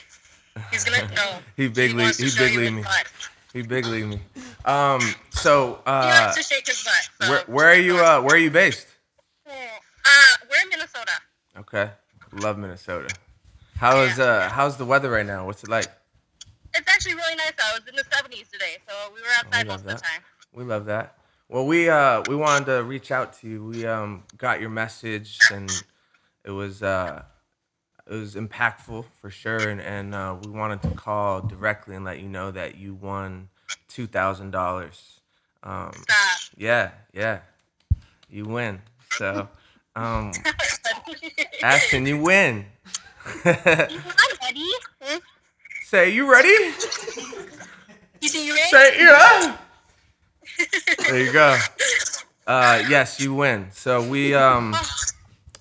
Speaker 7: He's gonna no.
Speaker 2: He big league-
Speaker 7: wants to
Speaker 2: he
Speaker 7: show
Speaker 2: big
Speaker 7: you
Speaker 2: league
Speaker 7: his
Speaker 2: me.
Speaker 7: butt.
Speaker 2: He big league me. Um, so
Speaker 7: He
Speaker 2: uh,
Speaker 7: likes to shake his butt. so-
Speaker 2: where, where are you? Uh, where are you based?
Speaker 7: Uh, we're in Minnesota.
Speaker 2: Okay, love Minnesota. How is uh, how's the weather right now? What's it like?
Speaker 7: It's actually really nice. though. It was in the 70s today, so we were outside
Speaker 2: Oh, love
Speaker 7: most of the
Speaker 2: that.
Speaker 7: time.
Speaker 2: We love that. Well, we uh we wanted to reach out to you. We um got your message and it was uh it was impactful for sure and and uh, we wanted to call directly and let you know that you won two thousand dollars. Um,
Speaker 7: Stop.
Speaker 2: yeah, yeah, you win. So, um, Ashton, you win.
Speaker 7: Hi, buddy. Hmm?
Speaker 2: Say, you ready?
Speaker 7: You see you ready?
Speaker 2: Say, yeah. There you go. Uh, yes, you win. So we um.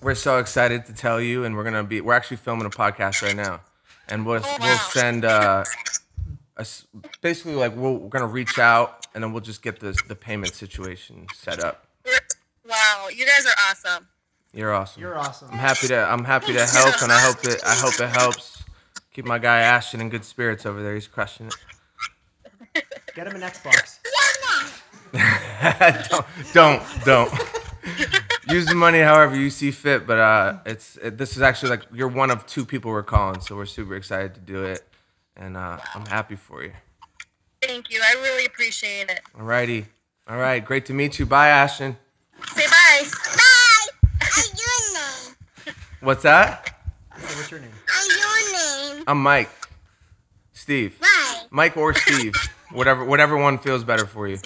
Speaker 2: we're so excited to tell you, and we're gonna be. We're actually filming a podcast right now, and we'll
Speaker 7: Oh,
Speaker 2: we'll
Speaker 7: wow.
Speaker 2: send uh, us basically like we'll, we're gonna reach out, and then we'll just get the the payment situation set up.
Speaker 7: Wow, you guys are awesome.
Speaker 2: You're awesome.
Speaker 6: You're awesome.
Speaker 2: I'm happy to I'm happy to help, and I hope it I hope it helps. Keep my guy Ashton in good spirits over there. He's crushing it.
Speaker 6: Get him an Xbox.
Speaker 2: don't, don't, don't. Use the money however you see fit, but uh, it's it, this is actually like you're one of two people we're calling, so we're super excited to do it, and uh, I'm happy for you.
Speaker 7: Thank you. I really appreciate it.
Speaker 2: Alrighty, all right, great to meet you. Bye, Ashton.
Speaker 7: Say bye. Bye. I'm your name.
Speaker 2: What's that?
Speaker 6: Hey, what's your name?
Speaker 7: I'm your name.
Speaker 2: I'm Mike, Steve,
Speaker 7: Bye.
Speaker 2: Mike or Steve, whatever whatever one feels better for you.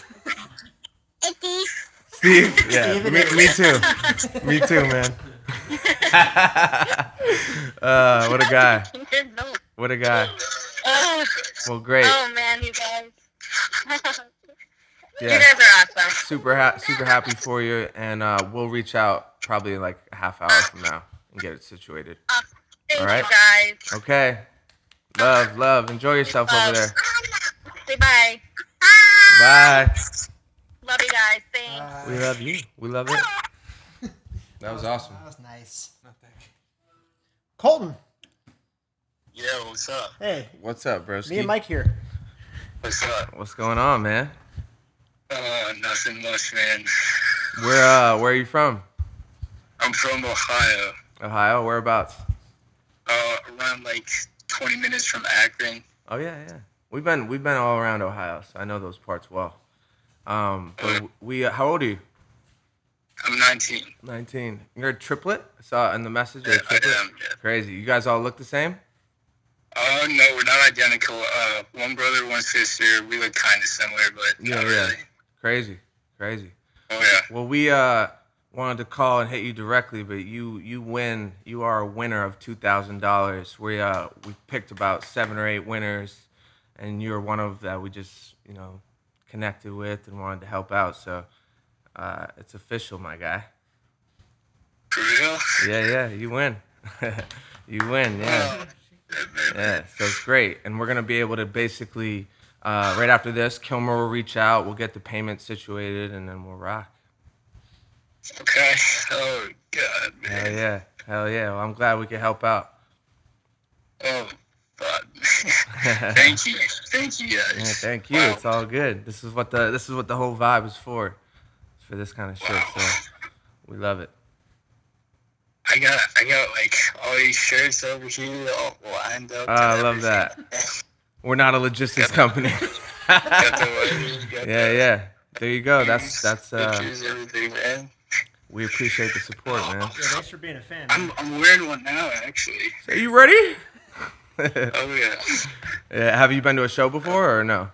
Speaker 2: Steve, yeah, me, me too, me too, man. uh, what a guy, what a guy.
Speaker 7: Oh,
Speaker 2: Well, great.
Speaker 7: oh man, you guys. You
Speaker 2: Yeah,
Speaker 7: guys are awesome.
Speaker 2: super ha- super happy for you, and uh, we'll reach out probably in like a half hour from now and get it situated.
Speaker 7: Thank
Speaker 2: All right.
Speaker 7: you guys.
Speaker 2: Okay. Love, love. Enjoy yourself over
Speaker 7: Love.
Speaker 2: there.
Speaker 7: Say bye.
Speaker 2: Bye.
Speaker 7: Love you guys. Thanks.
Speaker 2: We love you. We love it. That was awesome.
Speaker 6: That was nice. Colton,
Speaker 8: Yeah, what's up?
Speaker 6: hey,
Speaker 2: What's up, bro?
Speaker 6: me and Mike here.
Speaker 8: What's up?
Speaker 2: What's going on, man?
Speaker 8: Uh, nothing much, man.
Speaker 2: Where uh, where are you from?
Speaker 8: I'm from Ohio,
Speaker 2: Ohio. Whereabouts?
Speaker 8: uh, around like 20 minutes from Akron.
Speaker 2: Oh yeah, yeah. We've been we've been all around Ohio, so I know those parts well. Um, but we uh, how old are you?
Speaker 8: I'm 19.
Speaker 2: 19. You're a triplet? I saw it in the message. You're a
Speaker 8: Yeah, I
Speaker 2: triplet?
Speaker 8: am, yeah.
Speaker 2: Crazy. You guys all look the same?
Speaker 8: Oh, no, we're not identical. Uh, one brother, one sister. We look kind of similar, but not really.
Speaker 2: Crazy. Crazy.
Speaker 8: Oh, yeah.
Speaker 2: Well, we uh wanted to call and hit you directly, but you you win. You are a winner of $2,000. We uh we picked about 7 or 8 winners and you're one of that we just, you know, connected with and wanted to help out. So uh it's official, my guy.
Speaker 8: For real?
Speaker 2: Yeah, yeah, you win. you win. Yeah. Yeah, so it's great. And we're going to be able to basically, uh, right after this, Kilmer will reach out, we'll get the payment situated, and then we'll rock.
Speaker 8: Okay. Oh, God,
Speaker 2: Hell
Speaker 8: man.
Speaker 2: yeah. Hell yeah. Well, I'm glad we could help out.
Speaker 8: Oh, God. Thank you. Thank you, guys.
Speaker 2: Yeah, thank you.
Speaker 8: Wow.
Speaker 2: It's all good. This is what the this is what the whole vibe is for. It's for this kind of shit. So we love it.
Speaker 8: I got, I got like all these shirts over here all lined up.
Speaker 2: Oh, I love that. We're not a logistics company.
Speaker 8: Got the weather, got
Speaker 2: yeah,
Speaker 8: the
Speaker 2: yeah. There you go. That's
Speaker 8: pictures,
Speaker 2: that's uh
Speaker 8: pictures, everything, man.
Speaker 2: we appreciate the support, man.
Speaker 6: Yeah, thanks for being a fan.
Speaker 8: I'm, I'm wearing one now, actually.
Speaker 2: Are you ready?
Speaker 8: Oh yeah,
Speaker 2: Yeah, have you been to a show before or no?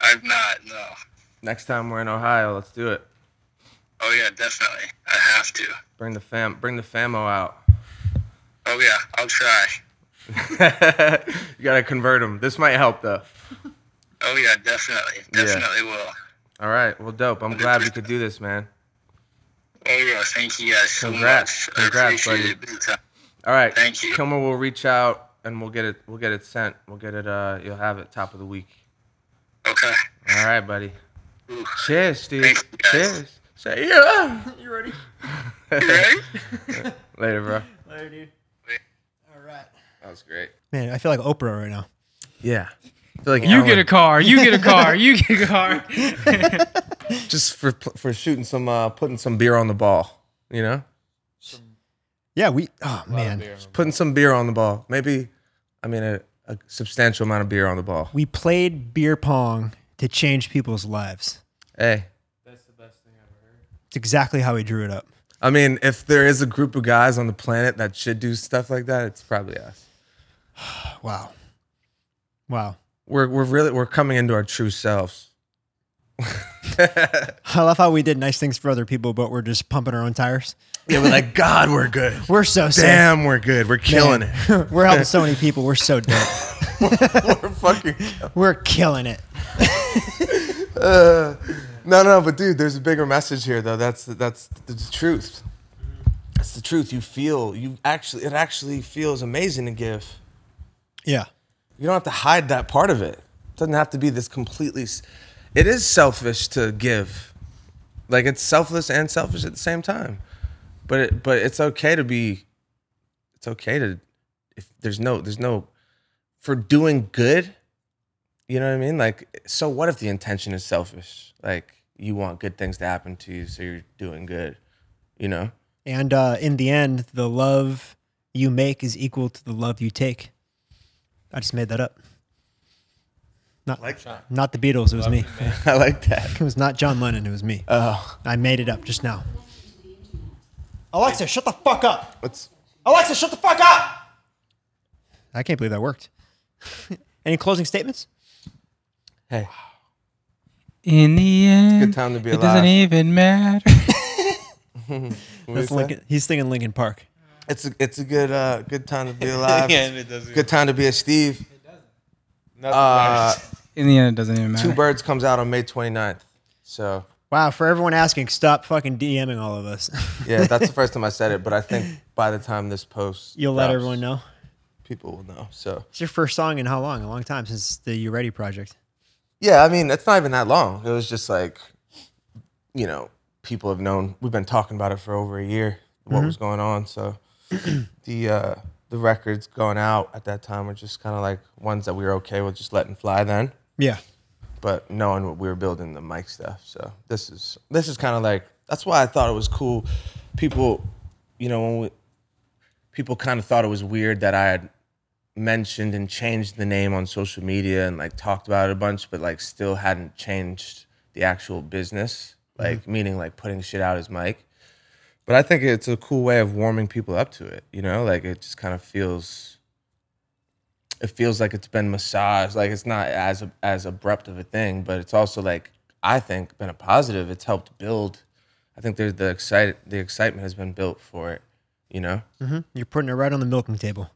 Speaker 8: I'm not. No,
Speaker 9: Next time we're in Ohio, let's do it.
Speaker 8: Oh yeah, definitely. I have to.
Speaker 9: Bring the fam, bring the famo out.
Speaker 8: Oh yeah, I'll try.
Speaker 9: you gotta convert them. This might help though.
Speaker 8: Oh yeah, definitely. Definitely will.
Speaker 9: All right, well, dope. I'm glad we could do this, man.
Speaker 8: Oh yeah, thank you guys so
Speaker 9: Congrats.
Speaker 8: much.
Speaker 9: Congrats,
Speaker 8: I appreciate
Speaker 9: buddy.
Speaker 8: it. big time.
Speaker 9: All right,
Speaker 8: Thank you.
Speaker 9: Kilmer will reach out and we'll get it. We'll get it sent. We'll get it. Uh, you'll have it top of the week.
Speaker 8: Okay.
Speaker 9: All right, buddy.
Speaker 8: Ooh.
Speaker 9: Cheers, dude.
Speaker 8: Thanks, guys.
Speaker 9: Cheers. Say yeah. You ready?
Speaker 8: You ready?
Speaker 9: Later, bro.
Speaker 1: Later, dude. All right.
Speaker 9: That was great.
Speaker 1: Man, I feel like Oprah right now.
Speaker 2: Yeah. I feel like
Speaker 4: You
Speaker 2: Ellen-
Speaker 4: get a car. You get a car. You get a car.
Speaker 2: just for pl- for shooting some uh putting some beer on the ball, you know?
Speaker 1: Yeah, we. Oh
Speaker 3: A lot of
Speaker 1: man,
Speaker 3: beer.
Speaker 2: Putting some beer on the ball. Maybe I mean a, a substantial amount of beer on the ball.
Speaker 1: we played beer pong to change people's lives.
Speaker 2: Hey.
Speaker 1: It's exactly how he drew it up.
Speaker 2: I mean, if there is a group of guys on the planet that should do stuff like that, it's probably us.
Speaker 1: Wow. Wow.
Speaker 2: We're we're really we're coming into our true selves.
Speaker 1: I love how we did nice things for other people, but we're just pumping our own tires.
Speaker 2: Yeah, we're like, God, we're good.
Speaker 1: We're so sick.
Speaker 2: Damn, we're good. We're killing it.
Speaker 1: we're helping so many people. We're so dope.
Speaker 2: We're fucking.
Speaker 1: We're killing it.
Speaker 2: Uh, no, no, but dude, there's a bigger message here, though. That's that's the, the truth. That's the truth. You feel you actually. It actually feels amazing to give.
Speaker 1: Yeah.
Speaker 2: You don't have to hide that part of it. It doesn't have to be this completely. s- It is selfish to give. Like it's selfless and selfish at the same time. But it, but it's okay to be. It's okay to if there's no there's no for doing good. You know what I mean? Like so what if the intention is selfish? Like you want good things to happen to you so you're doing good. You know?
Speaker 1: And uh, in the end, the love you make is equal to the love you take. I just made that up. Not not the Beatles. It was me.
Speaker 2: I like that.
Speaker 1: It was not John Lennon. It was me.
Speaker 2: Oh.
Speaker 1: I made it up just now. Alexa, shut the fuck up.
Speaker 2: What's
Speaker 1: Alexa, shut the fuck up. I can't believe that worked. Any closing statements?
Speaker 2: hey,
Speaker 4: In the end,
Speaker 2: good time to be
Speaker 4: it doesn't
Speaker 2: alive.
Speaker 4: even matter.
Speaker 2: What
Speaker 1: That's
Speaker 2: do you say?
Speaker 1: Lincoln, he's singing Lincoln Park.
Speaker 2: It's a it's a good uh good time to be alive.
Speaker 3: Yeah, and it doesn't.
Speaker 2: Good time to be a Steve.
Speaker 3: Nothing
Speaker 2: Uh,
Speaker 4: In the end, it doesn't even matter.
Speaker 2: Two Birds comes out on May 29th. So
Speaker 1: Wow, for everyone asking, stop fucking DMing all of us.
Speaker 2: yeah, that's the first time I said it, but I think by the time this post,
Speaker 1: You'll let
Speaker 2: drops,
Speaker 1: everyone know.
Speaker 2: People will know. So
Speaker 1: It's your first song in how long? A long time since the You Ready project.
Speaker 2: yeah, I mean, it's not even that long. It was just like, you know, people have known. We've been talking about it for over a year. What
Speaker 1: Mm-hmm.
Speaker 2: was going on? So the uh, the records going out at that time were just kind of like ones that we were okay with just letting fly then.
Speaker 1: Yeah.
Speaker 2: but knowing what we were building the mic stuff. So this is this is kind of like that's why I thought it was cool. People, you know, when we, people kind of thought it was weird that I had mentioned and changed the name on social media and like talked about it a bunch, but like still hadn't changed the actual business, like meaning like putting shit out as mic. But I think it's a cool way of warming people up to it. You know, like it just kind of feels it feels like it's been massaged like it's not as as abrupt of a thing but it's also like i think been a positive it's helped build i think there's the excite the excitement has been built for it you know
Speaker 1: hmm You're putting it right on the milking table.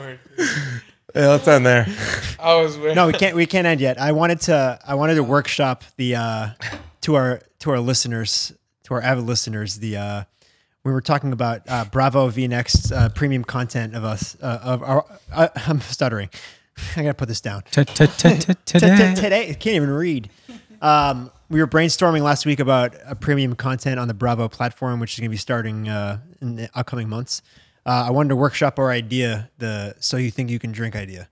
Speaker 2: yeah it's on there
Speaker 3: I was with.
Speaker 1: No, we can't. We can't end yet. I wanted to. I wanted to workshop the uh, to our to our listeners, to our avid listeners. The uh, we were talking about uh, Bravo V Next uh, premium content of us uh, of our. I, I'm stuttering. I gotta put this down.
Speaker 4: T- t- t- t-
Speaker 1: Today,
Speaker 4: Today.
Speaker 1: today I can't even read. Um, we were brainstorming last week about uh premium content on the Bravo platform, which is going to be starting uh, in the upcoming months. Uh, I wanted to workshop our idea, the "so you think you can drink" idea.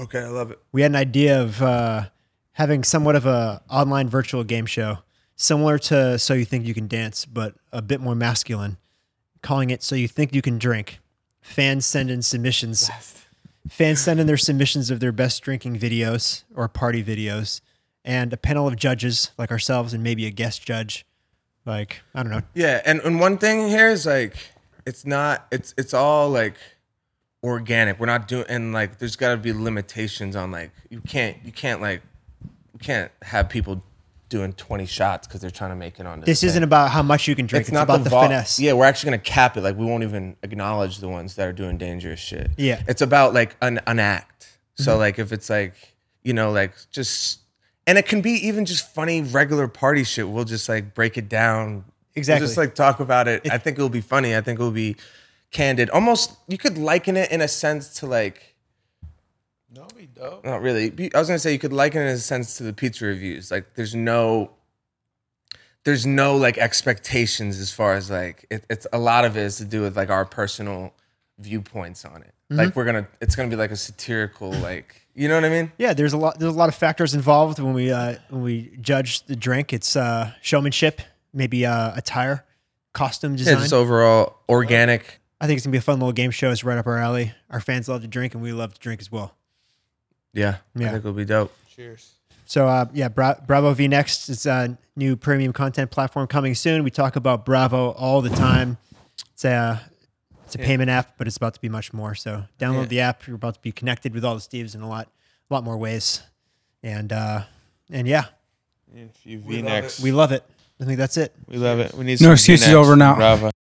Speaker 2: okay i love it
Speaker 1: we had an idea of uh, having somewhat of a online virtual game show similar to so you think you can dance but a bit more masculine calling it so you think you can drink fans send in submissions fans send in their submissions of their best drinking videos or party videos and a panel of judges like ourselves and maybe a guest judge like i don't know
Speaker 2: yeah and, and one thing here is like it's not it's it's all like organic. We're not doing and like there's got to be limitations on like you can't you can't like you can't have people doing 20 shots because they're trying to make it on
Speaker 1: This isn't about how much you can drink. It's, about the,
Speaker 2: vol-
Speaker 1: finesse.
Speaker 2: Yeah, we're actually gonna cap it. Like we won't even acknowledge the ones that are doing dangerous shit.
Speaker 1: Yeah. Mm-hmm.
Speaker 2: it's about like an an act. So like if it's like you know like just and it can be even just funny regular party shit. We'll just like break it down.
Speaker 1: Exactly.
Speaker 2: We'll just like talk about it. I think it'll be funny. I think it'll be candid. Almost you could liken it in a sense to like
Speaker 3: No, be dope.
Speaker 2: not really. Be- I was gonna say you could liken it in a sense to the pizza reviews. Like there's no, there's no like expectations as far as like it, it's a lot of it is to do with like our personal viewpoints on it. Like we're gonna, it's gonna be like a satirical like you know what I mean?
Speaker 1: Yeah, there's a lot. There's a lot of factors involved when we uh, when we judge the drink. It's uh, showmanship, maybe uh, attire, costume
Speaker 2: Yeah,
Speaker 1: design.
Speaker 2: just overall organic.
Speaker 1: I think it's gonna be a fun little game show. It's right up our alley. Our fans love to drink, and we love to drink as well.
Speaker 2: Yeah,
Speaker 1: Yeah.
Speaker 2: I think it'll be dope.
Speaker 3: Cheers.
Speaker 1: So uh, yeah, Bra- Bravo V Next is a new premium content platform coming soon. We talk about Bravo all the time. It's a it's a payment app, but it's about to be much more. So download the app. You're about to be connected with all the Steves in a lot a lot more ways. And uh, and yeah,
Speaker 3: And a few V necks.
Speaker 1: we love it. I think that's it.
Speaker 3: We love it. We need
Speaker 4: No
Speaker 3: some
Speaker 4: excuses
Speaker 3: V-necks
Speaker 4: over
Speaker 3: from
Speaker 4: now.
Speaker 3: Bravo.